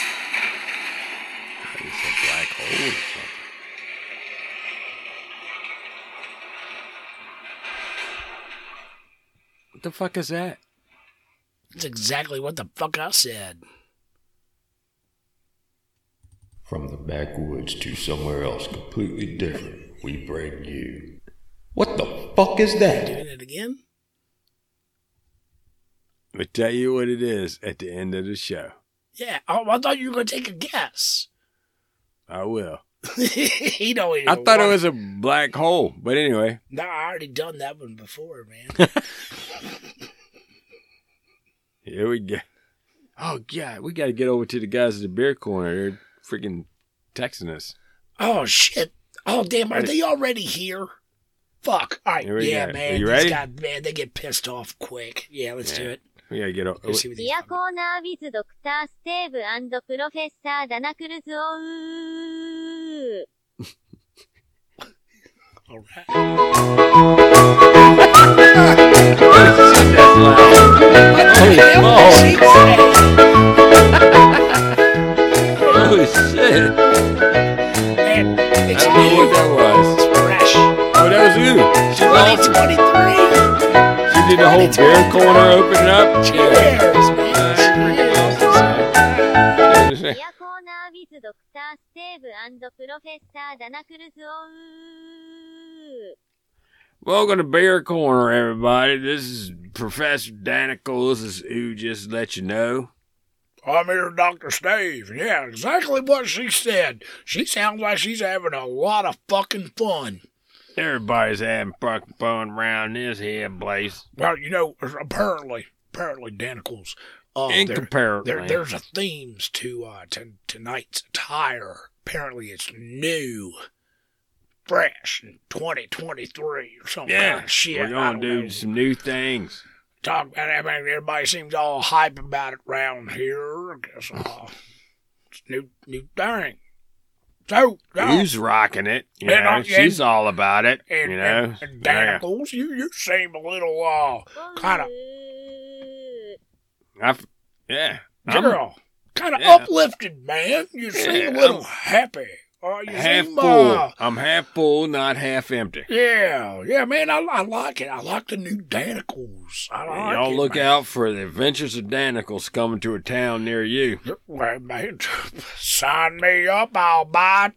this? noticed something. What the fuck is that? That's exactly what the fuck I said. From the backwoods to somewhere else completely different, we bring you. What the fuck is that? Doing it again? I tell you what it is at the end of the show. Yeah. Oh, I thought you were gonna take a guess. I will. he don't even I thought it want was a black hole, but anyway, Nah, I already done that one before, man. here we go. Oh god, we got to get over to the guys at the beer corner. They're freaking texting us. oh shit! Oh damn, are they already here? Fuck! All right, Here we yeah, go. man. Are you these ready? guys- man, they get pissed off quick. Yeah, Oh, let's Yeah. do it. We got to get over. Let's see what デ these. ィアコーナービズドクターステーブプロフェッサーダナクルズオウー。 All right. Holy shit! I Man, it's don't know what new. that was. It's fresh. Oh, that was you. She lost it. 2023. She did the whole beer corner opening up. Cheers, Uh, freaking man. awesome, son. ディアコーナービズドクターステーブプロフェッサーダナクルズオウー。 Welcome to Beer Corner, everybody. This is Professor Danicle. This is Ooh, just to let you know. I'm here, Dr. Steve. Yeah, exactly what she said. She sounds like she's having a lot of fucking fun. Everybody's having fucking fun around this here place. Well, you know, apparently, apparently, Danicles. Uh, And there, comparably. there, there's a themes to uh to tonight's attire. Apparently, it's new, fresh, in 2023 or some kind yeah, of shit. we're I gonna don't do know. some new things. talk about it. I mean, everybody seems all hype about it round here. I guess uh, it's new, new thing. So, uh, Who's rocking it? You And know, I- she's all about it. and, you and, know, and Yeah. Danicles, you, you seem a little uh, kind of I f- yeah. I'm- girl, kind of yeah. uplifted, man. You seem a Yeah, little I'm- happy. Uh, you half seem, uh, full. I'm half full, not half empty. yeah, yeah, man. I, I like it. I like the new Danicles. I like Y'all it, look man. out for the Adventures of Danicles coming to a town near you. Well, man, sign me up. I'll buy.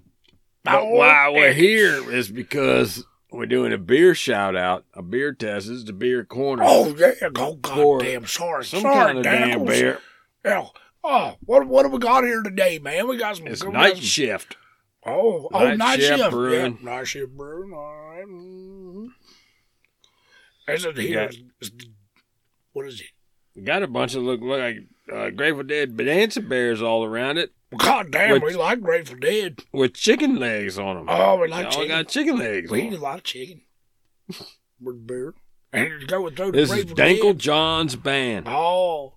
But buy why we're it. here is because we're doing a beer shout out, a beer test. This is the beer corner. Oh yeah, oh For goddamn, sorry, Some sorry, kind of damn Danicles. beer. Yeah. Oh, what what have we got here today, man? We got some. It's we got night some- shift. Oh, oh, Night night, shift shift. brewing. Yeah, night shift brewing. All right. Mm-hmm. Is it here? got- is- what is it? We got a bunch of look, look like uh, Grateful Dead bonanza bears all around it Well, God damn, What- we like Grateful Dead. with chicken legs on them. Oh, we like Y'all chicken. got chicken legs. we on eat a 'em. lot of chicken. With beer. And it's going through the This is Grateful Dankle Dead. John's band. Oh,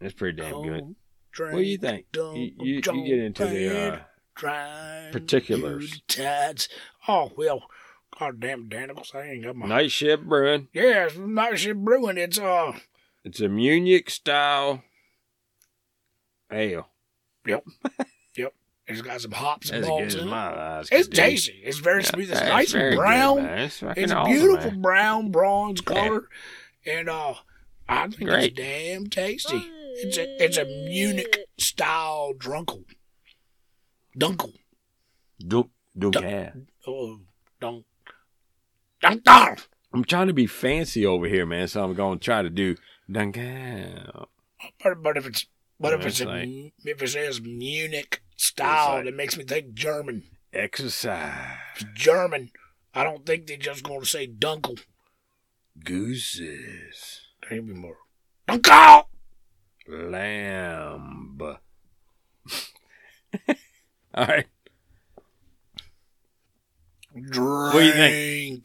That's pretty damn good. oh, drink, What do you think? You, you, you get into the uh, Trying particulars. good Tides. Oh well, goddamn Danicles, I ain't got my. night shift brewing. Yeah, it's nice shit brewing. It's uh, It's a Munich style ale. it's got some hops and That's malts as good as in it. my eyes. It's could do. tasty. It's very smooth. It's That's nice very and good, brown. man. It's, fucking it's a awesome, beautiful man. brown bronze color, and uh, I think Great. it's damn tasty. It's a it's a Munich style drunkle, dunkel. Don't, don't Don't- care. Oh, don't, don't, don't. I'm trying to be fancy over here, man. So I'm going to try to do Duncan. But, but if it's but if Yeah, it's it's a, like- mu- if it says Munich style, like- that makes me think German. Exercise. It's German. I don't think they're just going to say Dunkel. Gooses. There ain't be more. Dunkel. Lamb. All right. Drink. do you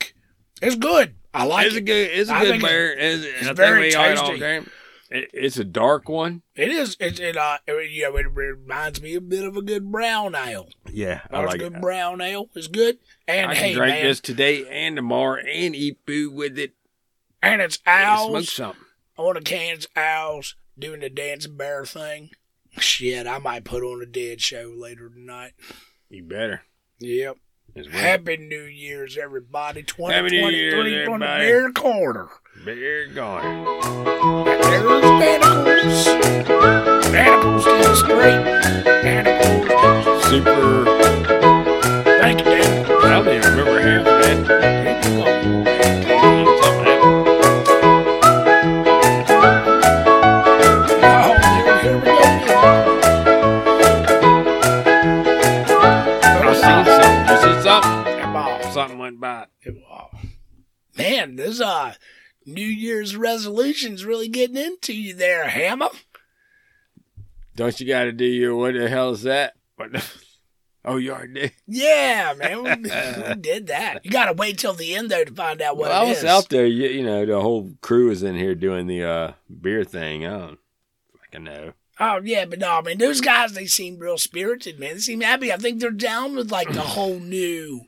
It's good. I like it's it. a good, it's a I good think beer. It's, I think very we ought to tasty. drink. It, it's a dark one. It is. It, it uh, it, you know, it reminds me a bit of a good brown ale. Yeah, That's a good brown ale. It's good. And I hey, can drink man, this today and tomorrow and eat food with it. and it's and smoke owls something. on the cans. Owls doing the dancing bear thing. Shit, I might put on a dead show later tonight. You better. Yep. It's weird. Happy New Year's, everybody. Happy New Year's, 2023 from the everybody. Bear Corner. Beer gone. There's Manacles. Manacles does great. Manacles. Super. Thank you, Dan. I don't even remember half of that. Oh, here we go. I seen something. You see something? That ball. Something went by. Man, this uh New Year's resolution's really getting into you there, Hammer. Don't you got to do your what the hell is that? What the, oh, you already did. Yeah, man, we, we did that. You gotta wait till the end though to find out what Well, I it was is. out there. You, you know, the whole crew was in here doing the uh, beer thing. I don't fucking know. Oh yeah, but no, man, those guys they seem real spirited, man. They seem happy. I think they're down with like the whole new,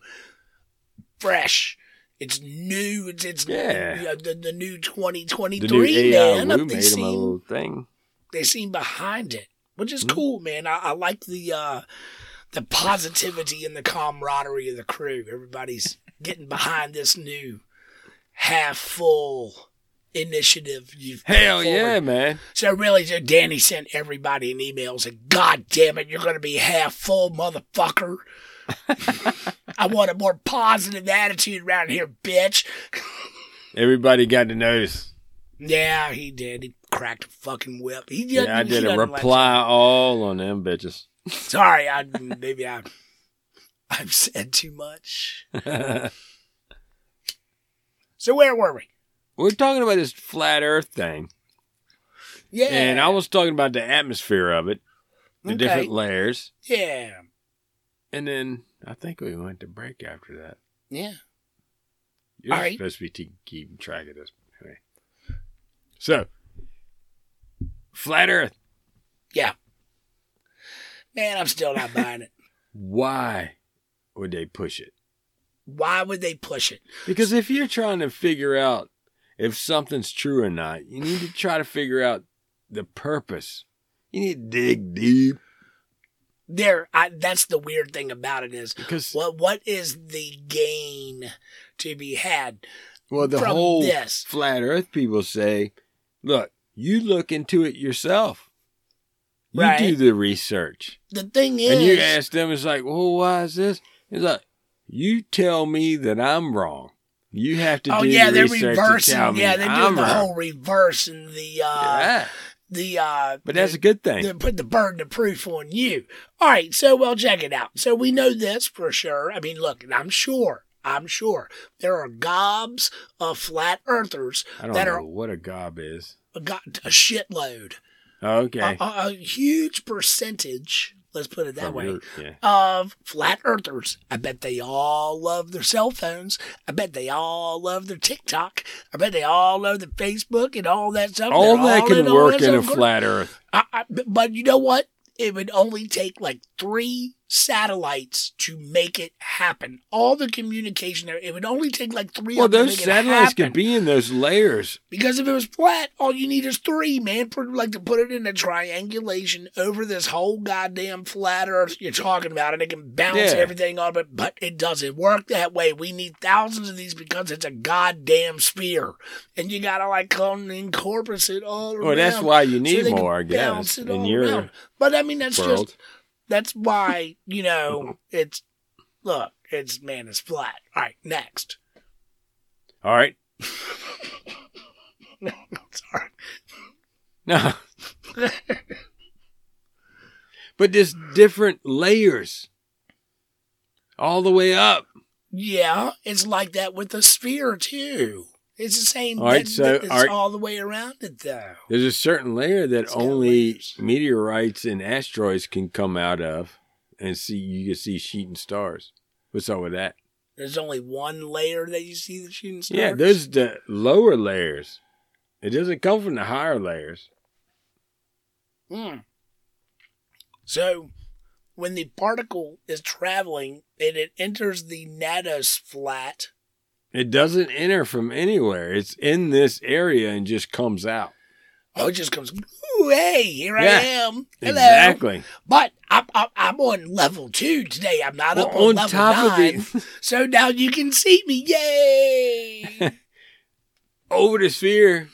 fresh. It's new. It's it's Yeah. you know, the, the new The 2023 new AI man. I think Woo made they him a seem little thing. they seem behind it, which is Mhm. cool, man. I, I like the uh, the positivity and the camaraderie of the crew. Everybody's getting behind this new half full initiative. You've put Hell forward. yeah, man. So really, so Danny sent everybody an email saying, "God damn it, you're gonna be half full, motherfucker." I want a more positive attitude around here, bitch. Everybody got to notice. Yeah, he did. He cracked a fucking whip. He did. Yeah, I did a reply all on them bitches. Sorry, I maybe I I've said too much. So where were we? We're talking about this flat Earth thing, Yeah, and I was talking about the atmosphere of it, the Okay. different layers, yeah, and then I think we went to break after that. yeah. You're All right. supposed to be te- keeping track of this. Anyway. So, flat Earth. Man, I'm still not buying it. Why would they push it? Why would they push it? Because if you're trying to figure out if something's true or not, you need to try to figure out the purpose. You need to dig deep There, I, that's the weird thing about it is because what what is the gain to be had? well, the from whole this. flat Earth people say, look, you look into it yourself. You Right. do the research, The thing is, and you ask them. It's like, well, why is this? It's like, you tell me that I'm wrong. You have to oh do yeah, the they're research to reversing. tell me Yeah, they're doing I'm the wrong. whole reverse and the uh yeah. the uh. But that's a good thing. Then put the burden of proof on you. All right, so well, check it out. So we know this for sure. I mean, look, and I'm sure, I'm sure there are gobs of flat earthers I don't that know are what a gob is. got a shitload, Okay. a, a, a huge percentage. Let's put it Uh, that From way. your- Oh, yeah. Of flat earthers. I bet they all love their cell phones. I bet they all love their TikTok. I bet they all love their Facebook and all that stuff. All They're that can all work that in a stuff. flat Earth. I, I, but- but you know what? It would only take like three satellites to make it happen. All the communication there, it would only take like three. Well, of them to those make it satellites happen. could be in those layers. because if it was flat, all you need is three, man. Put, like to put it in a triangulation over this whole goddamn flat Earth you're talking about, and it can bounce Yeah. everything off it. But it doesn't work that way. We need thousands of these because it's a goddamn sphere, and you gotta like come and encompass it all around. Well, that's why you so need they can more, I bounce guess, it in all your around. But I mean, that's world. just that's why you know it's look, it's man, it's flat. All right, next. All right. Sorry. No. but there's different layers all the way up. Yeah, it's like that with the sphere too. It's the same. All right, that- so, that- it's all right. all the way around it though. There's a certain layer that It's got only layers. meteorites and asteroids can come out of and see you can see shooting stars. What's up with that? There's only one layer that you see the shooting stars. Yeah, there's the lower layers. It doesn't come from the higher layers. Mm. So, when the particle is traveling and it enters the Nados flat, It doesn't enter from anywhere. It's in this area and just comes out. oh, it just comes. Ooh, hey, here I Yeah, am. Hello. Exactly. But I, I, I'm on level two today. I'm not Well, up on, on level top of nine. it- so now you can see me. Yay! Over the sphere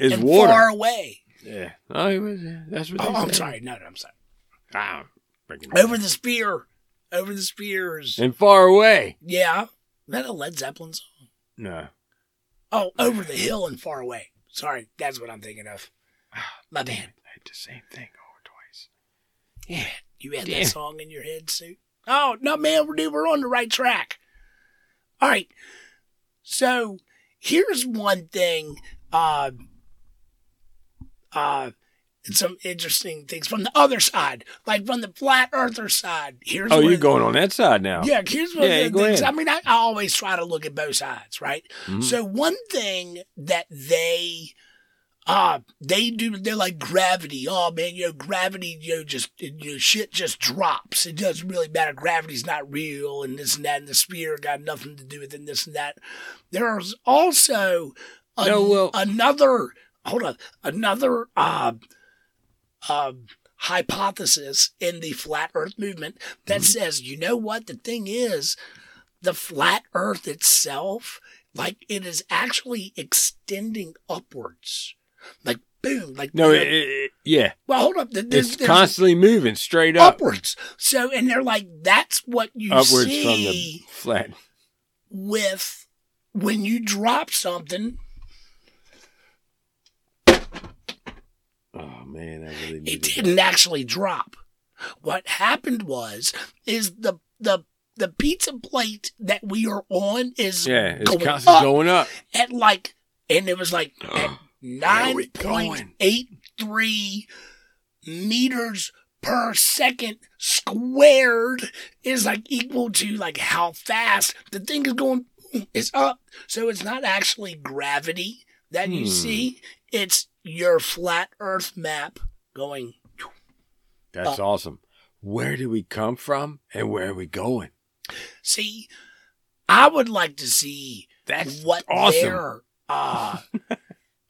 is and water. far away. Yeah. Oh, it was, yeah, that's what. Oh, they I'm said. sorry. No, no, I'm sorry. Ah, freaking- Over the spear. Over the spears. and far away. Yeah. Is that a Led Zeppelin song? No. Oh, over the hill and far away. Sorry, that's what I'm thinking of. My bad. I did the same thing over twice. Yeah, you had Damn. that song in your head, Sue. Oh no, man, we're dude, we're on the right track. All right, so here's one thing. Uh, uh, some interesting things from the other side, like from the flat earther side. Here's Oh, one you're of- going on that side now. yeah, here's one Yeah, of the go things. ahead. I mean, I, I always try to look at both sides, right? Mhm. So one thing that they uh they do they're like gravity. Oh man, you know, gravity, you know, just you know, shit just drops. It doesn't really matter. Gravity's not real and this and that and the spear got nothing to do with it and this and that. There's also an- No, well- another hold on, another uh um hypothesis in the flat earth movement Mm-hmm. that says, you know what, the thing is, the flat earth itself, like it is actually extending upwards. Like boom, like No, it, it, it- yeah, well, hold up. th- There's, it's there's constantly moving straight up, upwards. So and they're like, that's what you upwards see from the flat. with when you drop something, Oh man, I really it needed that. didn't actually drop. What happened was is the the the pizza plate that we are on is Yeah, it's going constantly up. going up. at like, and it was like at Oh, Where we nine point going? eight three meters per second squared is like equal to like how fast the thing is going. It's up, so it's not actually gravity that you Hmm. see. It's your flat Earth map going. That's awesome. Where did we come from and where are we going? See, I would like to see That's what awesome. their uh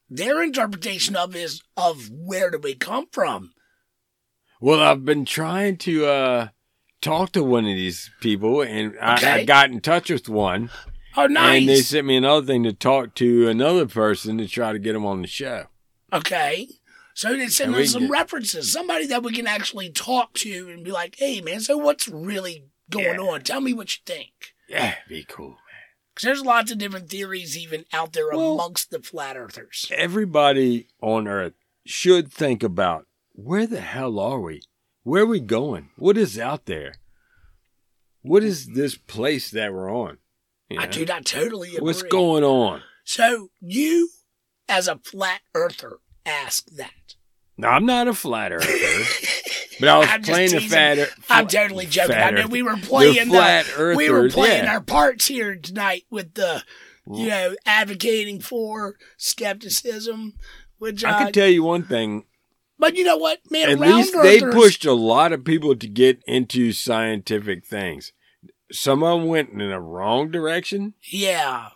their interpretation of is of where do we come from Well, I've been trying to uh, talk to one of these people, and I, I Okay. got in touch with one, oh nice and they sent me another thing to talk to another person to try to get them on the show. okay so they send And we us some get- references somebody that we can actually talk to and be like hey man so what's really going Yeah. on tell me what you think Yeah, be cool. because there's lots of different theories even out there Well- amongst the flat earthers Everybody on Earth should think about where the hell are we? Where are we going? What is out there? What is this place that we're on? You i know? do not totally agree What's going on? so you as a flat earther ask that No, I'm not a flat earther, but I was I'm just playing the teasing. fat. I'm totally joking. I Flat mean, Earth. we were playing the flat the, we were earthers, playing yeah. our parts here tonight with the you know advocating for skepticism, which I uh, can tell you one thing. but you know what, man, At round least they earthers- pushed a lot of people to get into scientific things. Some of them went in the wrong direction, Yeah,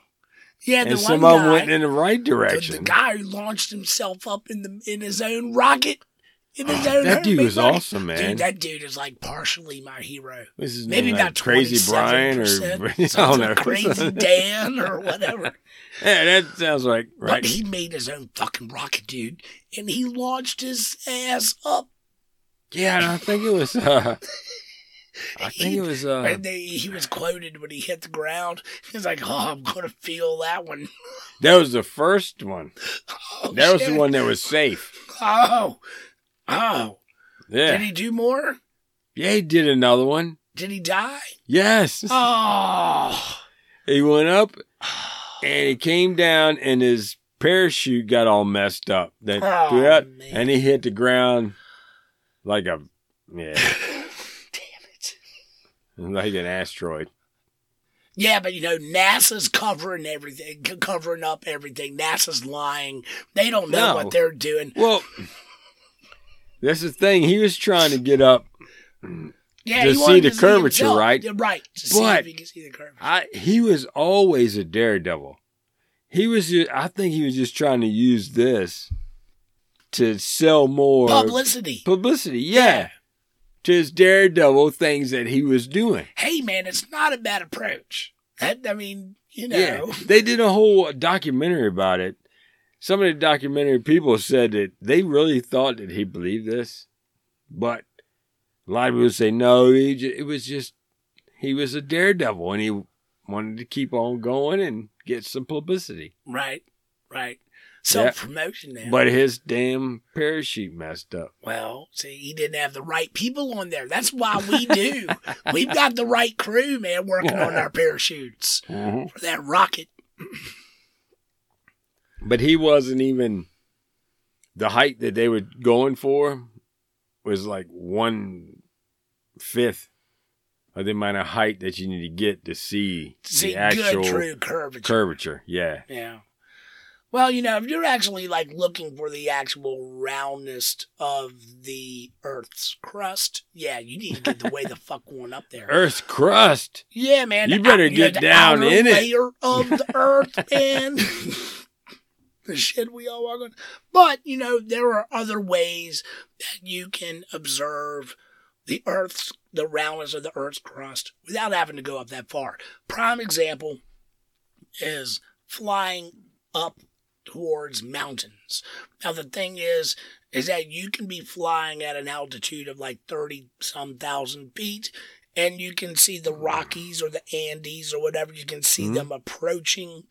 yeah. The and one some guy, of them went in the right the, direction. the guy who launched himself up in the in his own rocket. In his Oh, own that dude big was rocket. awesome, man. Dude, that dude is like partially my hero. What's his Maybe name, about like Crazy Brian or I 27%, don't know. Crazy Dan or whatever. yeah, that sounds like right. But he made his own fucking rocket, dude, and he launched his ass up. yeah, and I think it was. Uh, I think He- it was. Uh, and they, he was quoted when he hit the ground. He was like, "Oh, I'm gonna feel that one." that was the first one. Oh, That was the shit. one that was safe. Oh, oh. Did Yeah, he do more? yeah, he did another one. Did he die? Yes. Oh, He went up and he came down and his parachute got all messed up. That Oh, threw out, man. and he hit the ground like a yeah, damn it. like an asteroid. Yeah, but you know, NASA's covering everything, c- covering up everything. NASA's lying. They don't know No. what they're doing. Well, that's the thing. He was trying to get up. Yeah, To he see wanted the curvature, himself. right? Yeah, Right. To see But- if he can see the curvature. I he was always a daredevil. He was. ju- I think he was just trying to use this to sell more Publicity. publicity. Yeah. to his daredevil things that he was doing. Hey, man, it's not a bad approach. That, I mean, you know. Yeah, they did a whole documentary about it. Some of the documentary people said that they really thought that he believed this, but a lot of people say no. He ju- it was just he was a daredevil and he wanted to keep on going and get some publicity. Right, right. Self promotion now. But his damn parachute messed up. well, see, he didn't have the right people on there. That's why we do. We've got the right crew, man, working on our parachutes for that rocket. But he wasn't even the height that they were going for was like one fifth of the amount of height that you need to get to see, See, the actual good true curvature. curvature. Yeah. Yeah. Well, you know, if you're actually like looking for the actual roundness of the Earth's crust, yeah, you need to get the way the fuck one up there. Earth's crust. Yeah, man. You the better out- get the down outer in it. layer of the earth, man. the shit we all walk on. But you know, there are other ways that you can observe the Earth's the roundness of the Earth's crust without having to go up that far. Prime example is flying up towards mountains. Now the thing is, is that you can be flying at an altitude of like thirty some thousand feet, and you can see the Rockies or the Andes or whatever. You can Mm-hmm. see them approaching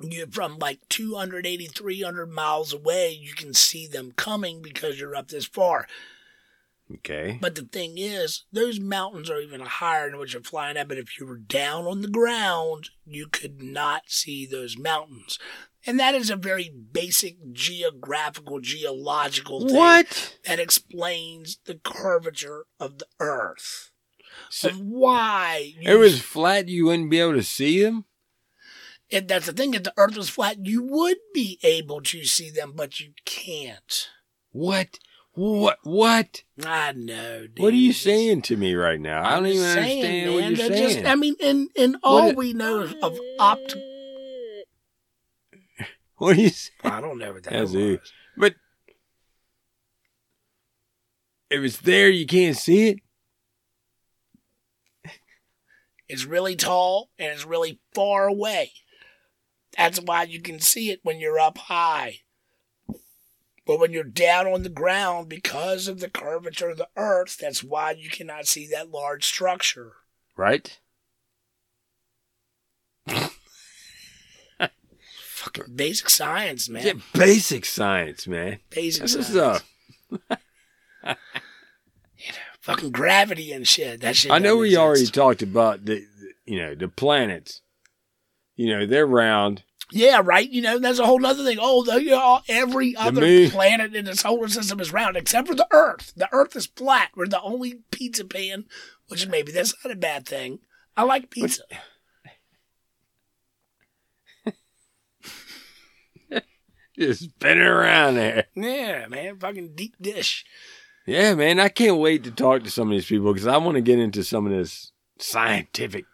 you from like 280, 300 miles away. You can see them coming because you're up this far. Okay. But the thing is, those mountains are even higher than what you're flying at. But if you were down on the ground, you could not see those mountains. And that is a very basic geographical, geological thing What? that explains the curvature of the Earth. So- Of why you- It was flat. You wouldn't be able to see them. If that's the thing. If the Earth was flat, you would be able to see them, but you can't. What? What? What? I know. Dude. What are you It's- saying to me right now? I I'm don't even just saying, understand man, what you're they're just- saying. I mean, and and all it- we know is of opt. what are you? Saying? I don't know what that That's was. it. But if it's there, you can't see it. It's really tall and it's really far away. That's why you can see it when you're up high. But when you're down on the ground, because of the curvature of the earth, that's why you cannot see that large structure. Right? Fucking basic science, man. Yeah, basic science, man. Basic This science. is uh Fucking gravity and shit. That shit. I know doesn't we exist. already talked about the you know, the planets. You know, they're round. Yeah, right. You know, that's a whole other thing. Oh, the, you know, every other moon. planet in the solar system is round except for the Earth. The Earth is flat. We're the only pizza pan, which maybe that's not a bad thing. I like pizza. Just spinning around there. Yeah, man, fucking deep dish. Yeah, man, I can't wait to talk to some of these people because I want to get into some of this scientific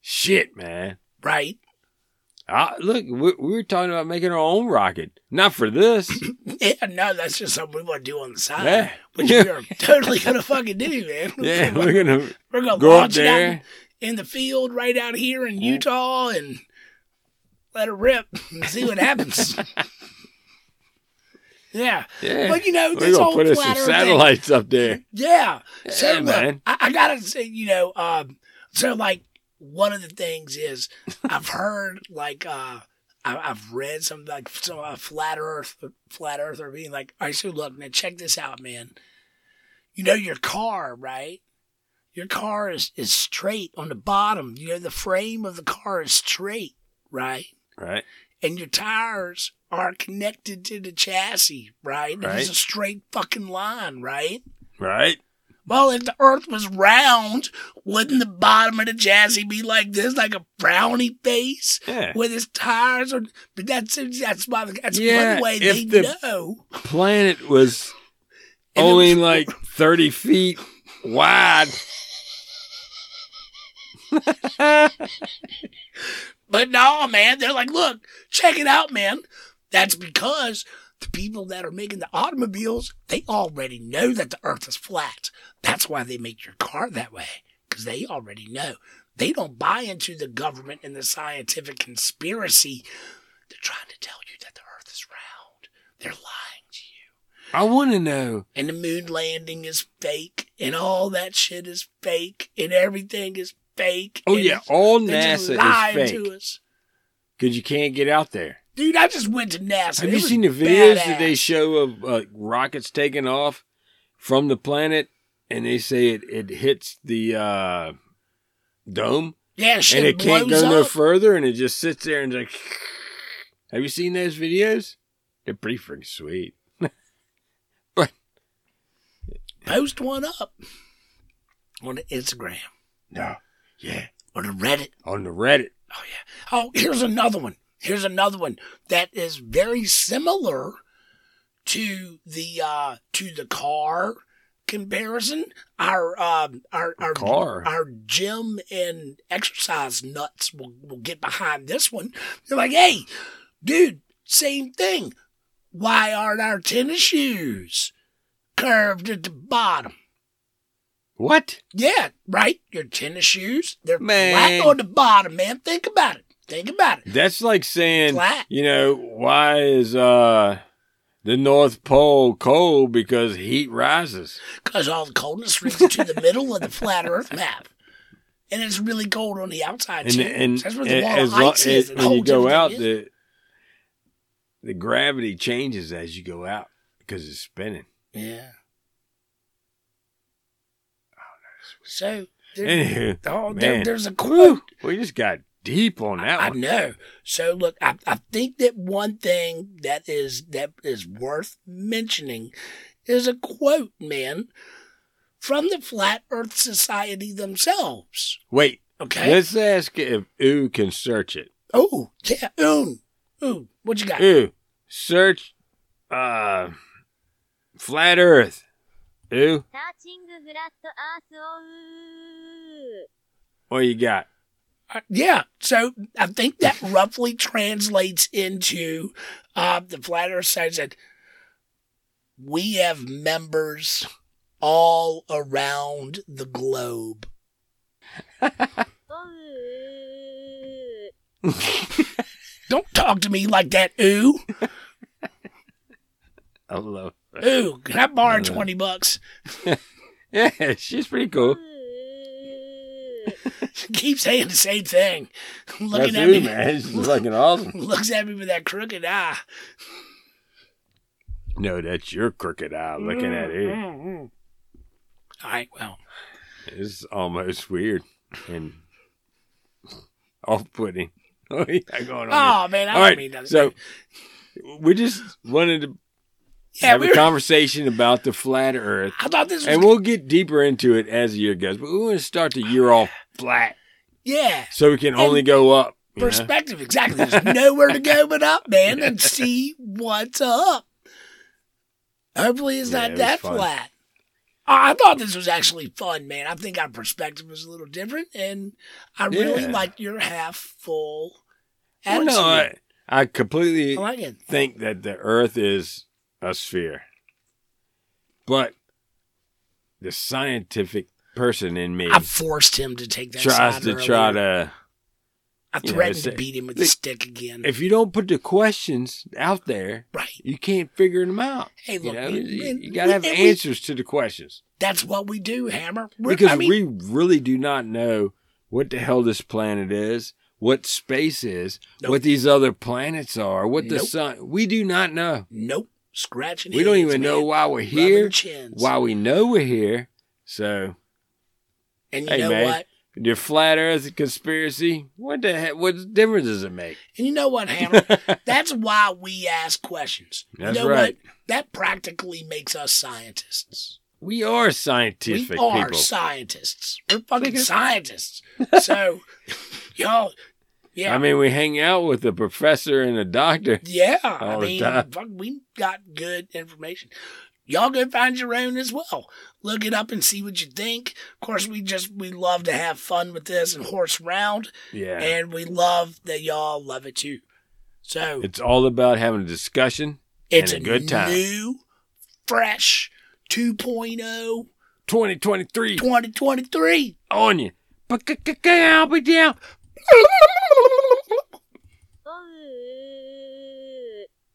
shit, man. Right? I, look, we, we were talking about making our own rocket. Not for this. Yeah, no, that's just something we want to do on the side, Yeah. which we are totally gonna fucking do, man. yeah, we're gonna We're gonna go up launch it out there. in, in the field right out here in Utah and let it rip and see what happens. yeah. Yeah, But you know, we're this gonna whole put us some flat Earth thing- satellites up there. yeah. So Yeah, look, man. I, I gotta say, you know, um, so like one of the things is I've heard like uh, I, I've read some like some uh, flat Earth flat Earther being like, all right, so look, now check this out, man. You know your car, right? Your car is is straight on the bottom. You know the frame of the car is straight, right? Right. and your tires are connected to the chassis, right? And It's Right. a straight fucking line, right? Right. Well, if the earth was round, wouldn't the bottom of the chassis be like this, like a frowny face? Yeah. With his tires are, but that's that's why that's Yeah, one way if they the- know. Planet was And it only was- like thirty feet wide. But no, man, they're like, look, check it out, man. That's because the people that are making the automobiles, they already know that the earth is flat. That's why they make your car that way, because they already know. They don't buy into the government and the scientific conspiracy. They're trying to tell you that the earth is round. They're lying to you. I want to know. And the moon landing is fake, and all that shit is fake, and everything is fake. Oh, and yeah. All they're just NASA lying is to fake us. because you can't get out there. Dude, I just went to NASA. Have It you was seen the videos that they badass. show of uh, rockets taking off from the planet, and they say it, it hits the uh, dome Yeah, shit and it can't blows go no up. further, and it just sits there and it's like. Have you seen those videos? They're pretty freaking sweet. Post one up on the Instagram No, yeah, or the Reddit. on the Reddit. Oh yeah. Oh, here's another one. Here's another one that is very similar to the uh to the car comparison. Our um our our Car. our gym and exercise nuts will will get behind this one. They're like, hey, dude, same thing. Why aren't our tennis shoes curved at the bottom? What? Yeah, right. Your tennis shoes, they're Man. flat on the bottom, man. Think about it. Think about it. That's like saying, Flat. you know, why is uh the North Pole cold because heat rises? Because all the coldness reaches to the middle of the flat Earth map. And it's really cold on the outside, And too. and, That's where the and wall as of long ice is. as that when you holds go everything out, in. the the gravity changes as you go out because it's spinning. Yeah. So, there, Anywho, oh, man, there, there's a quote. we just got deep on that I one. know. So look, I, I think that one thing that is that is worth mentioning is a quote, man, from the Flat Earth Society themselves. Wait, Okay. let's ask if Ooh can search it. Oh, yeah. Ooh, ooh. What you got? Ooh, search uh flat Earth. Ooh, サーチングフラットアースオウー what you got? Uh, yeah. So I think that roughly translates into uh, the Flat Earth Society said, "We have members all around the globe." オウー Don't talk to me like that. Ooh. I love. It. Ooh, can I borrow No, no. 20 bucks? Yeah, she's pretty cool. うー Keep saying the same thing. Looking That's at Ooh, me. man. She's looking awesome. Looks at me with that crooked eye. No, that's your crooked eye looking at Ooh. All right, well, It's almost weird and off putting. Oh, yeah, going on. oh man, I here. don't All mean that. right. So we just wanted to yeah, have we a were, conversation about the flat earth. I thought this was And we'll get deeper into it as the year goes, but we want to start the year off flat yeah so we can only go up. you know? perspective exactly. There's nowhere to go but up, man, and see what's up. Hopefully, it's Yeah, it not was that fun. flat. I I thought this was actually fun, man. I think our perspective was a little different, and I really Yeah. like your half full Well, attitude. no, I, I completely Oh, I like it. think that the earth is a sphere. But the scientific person in me I forced him to take that. tries side to earlier. try to I you know, threatened it's a- to beat him with a it- stick again. if you don't put the questions out there, right. you can't figure them out. Hey, You look, know, we- you, we- you gotta have and we- answers to the questions That's what we do, Hammer. We're, because I mean, we really do not know what the hell this planet is, what space is, Nope. what these other planets are, what the Nope. sun. We do not know. nope, scratching. We don't heads, even know man, why we're rubbing here, Chins. why we know we're here. So, And you hey know man, what? your flat Earth conspiracy. What the heck? What difference does it make? And you know what, Hammer? That's why we ask questions. That's you know right. What? That practically makes us scientists. We are scientific we are people. scientists. We're fucking Nigga. scientists. So, y'all, yeah, I mean, we hang out with a professor and a doctor. Yeah, I All the mean, time. fuck, we got good information. Y'all go find your own as well. Look it up and see what you think. Of course, we just we love to have fun with this and horse round, Yeah. and we love that y'all love it too. So It's all about having a discussion. it's and a a good time. new, fresh 2.0 2023 2023. on you. I'll be down. おう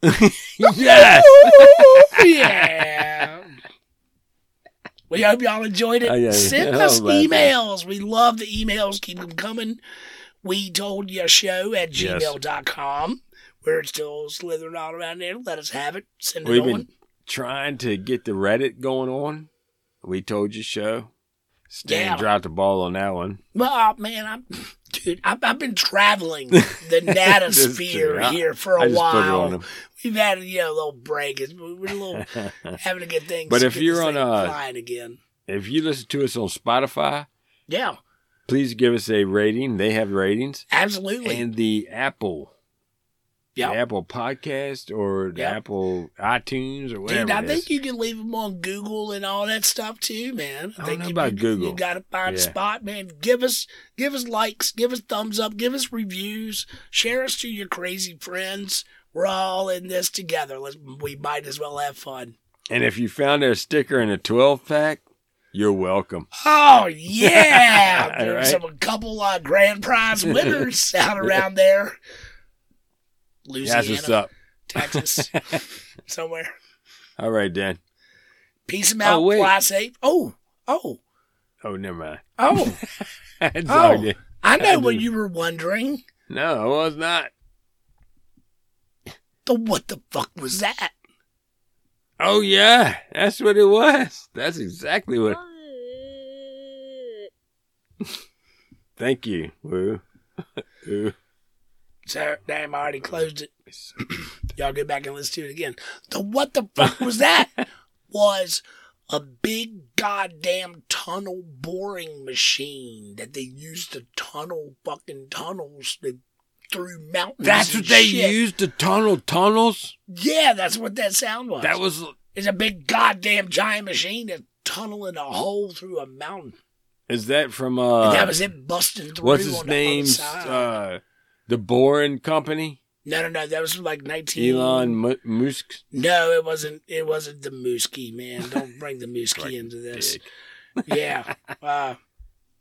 Yes. yeah. We hope y'all enjoyed it. Oh, yeah, Send yeah. us Oh, man. emails. We love the emails. Keep them coming. We told you show at Yes. gmail.com. We're still slithering all around there. Let us have it. Send it We've on. been trying to get the Reddit going on. We told you show. Stan Yeah. dropped the ball on that one. Well, oh, man, I'm, dude, I've, I've been traveling the Just- Natosphere I- here for a I just while. put it on him. We've had you know a little break. It's, we're a little having to get things. But if get you're this on, thing uh, flying again, If you listen to us on Spotify, yeah, please give us a rating. They have ratings. absolutely, And the Apple, yeah. the Apple Podcast or the Yeah. Apple iTunes or whatever. Dude, I it think is. you can leave them on Google and all that stuff too, man. I don't think know you- about you, Google. You got to find a Yeah. spot, man. Give us, give us likes, give us thumbs up, give us reviews, share us to your crazy friends. We're all in this together. Let's, we might as well have fun. And if you found a sticker in a 12 pack, you're welcome. Oh yeah, Right. there's some a couple uh, grand prize winners out around there. Louisiana, That's what's up. Texas, somewhere. All right, Dan. Peace 'em Oh, out. wait. Fly safe. Oh, oh, Oh, never mind. oh. It's all Oh, good. I know what didn't- you were wondering. No, I was not. The what the fuck was that? Oh, yeah. That's what it was. That's exactly おう what. Thank you, Woo. Ooh. So damn, I already closed it. Y'all go back and listen to it again. The what the fuck was that? was a big goddamn tunnel boring machine that they used to tunnel fucking tunnels that through mountains. That's and what they shit. used to tunnel tunnels? Yeah, that's what that sound was. That was. it's a big goddamn giant machine that's tunneling a hole through a mountain. Is that from. And uh that was it busting through. What's his on the other name's side. Uh, the Boring Company? No, no, no. That was from like nineteen. Elon M- Musk. No, it wasn't. It wasn't the Mooski man. Don't bring the Mooski into this. Dick. Yeah, uh,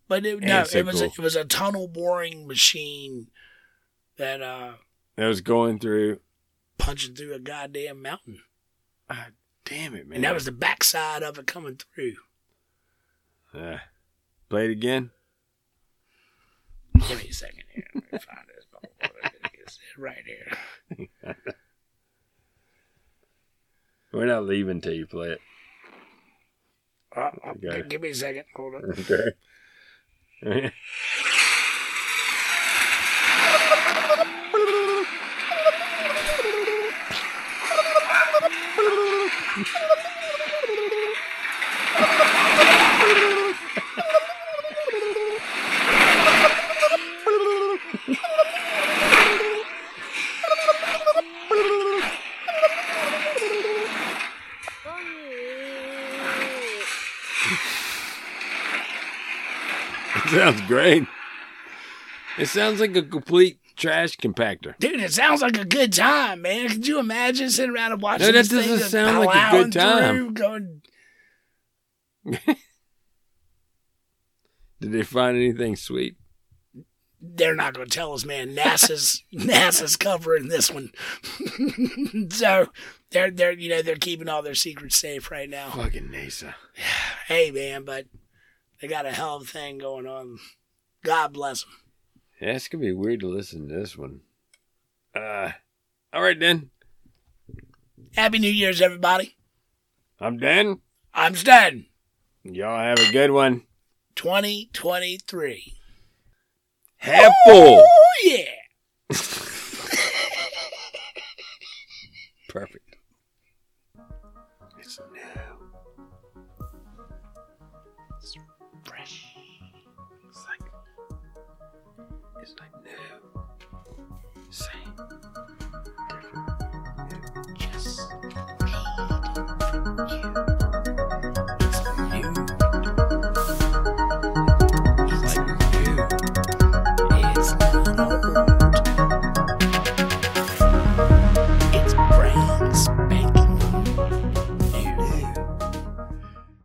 but it, no, And so it was a, cool. it was a tunnel boring machine that uh That was going through. punching through a goddamn mountain, Ah, damn it, man. and that was the backside of it coming through. Uh, play it again. Give me a second here. Let me find this. motherfucker. It's right here. We're not leaving till you play it. Uh, uh, Okay. Give me a second. Hold on. Okay. sounds great. It sounds like a complete trash compactor. Dude, it sounds like a good time, man. Could you imagine sitting around and watching No, this that thing doesn't just sound like a plowing good time. through, Going, Did they find anything sweet? they're not going to tell us, man. NASA's NASA's covering this one, so they're they're you know they're keeping all their secrets safe right now. Fucking NASA. Hey, man, but they got a hell of a thing going on. God bless them. Yeah, it's gonna be weird to listen to this one. Uh, all right then. Happy New Year's, everybody. I'm done. I'm Stan. Y'all have a good one. 2023. Apple. Oh yeah. Perfect. It's now. Fresh. It's like. It's like new. Same.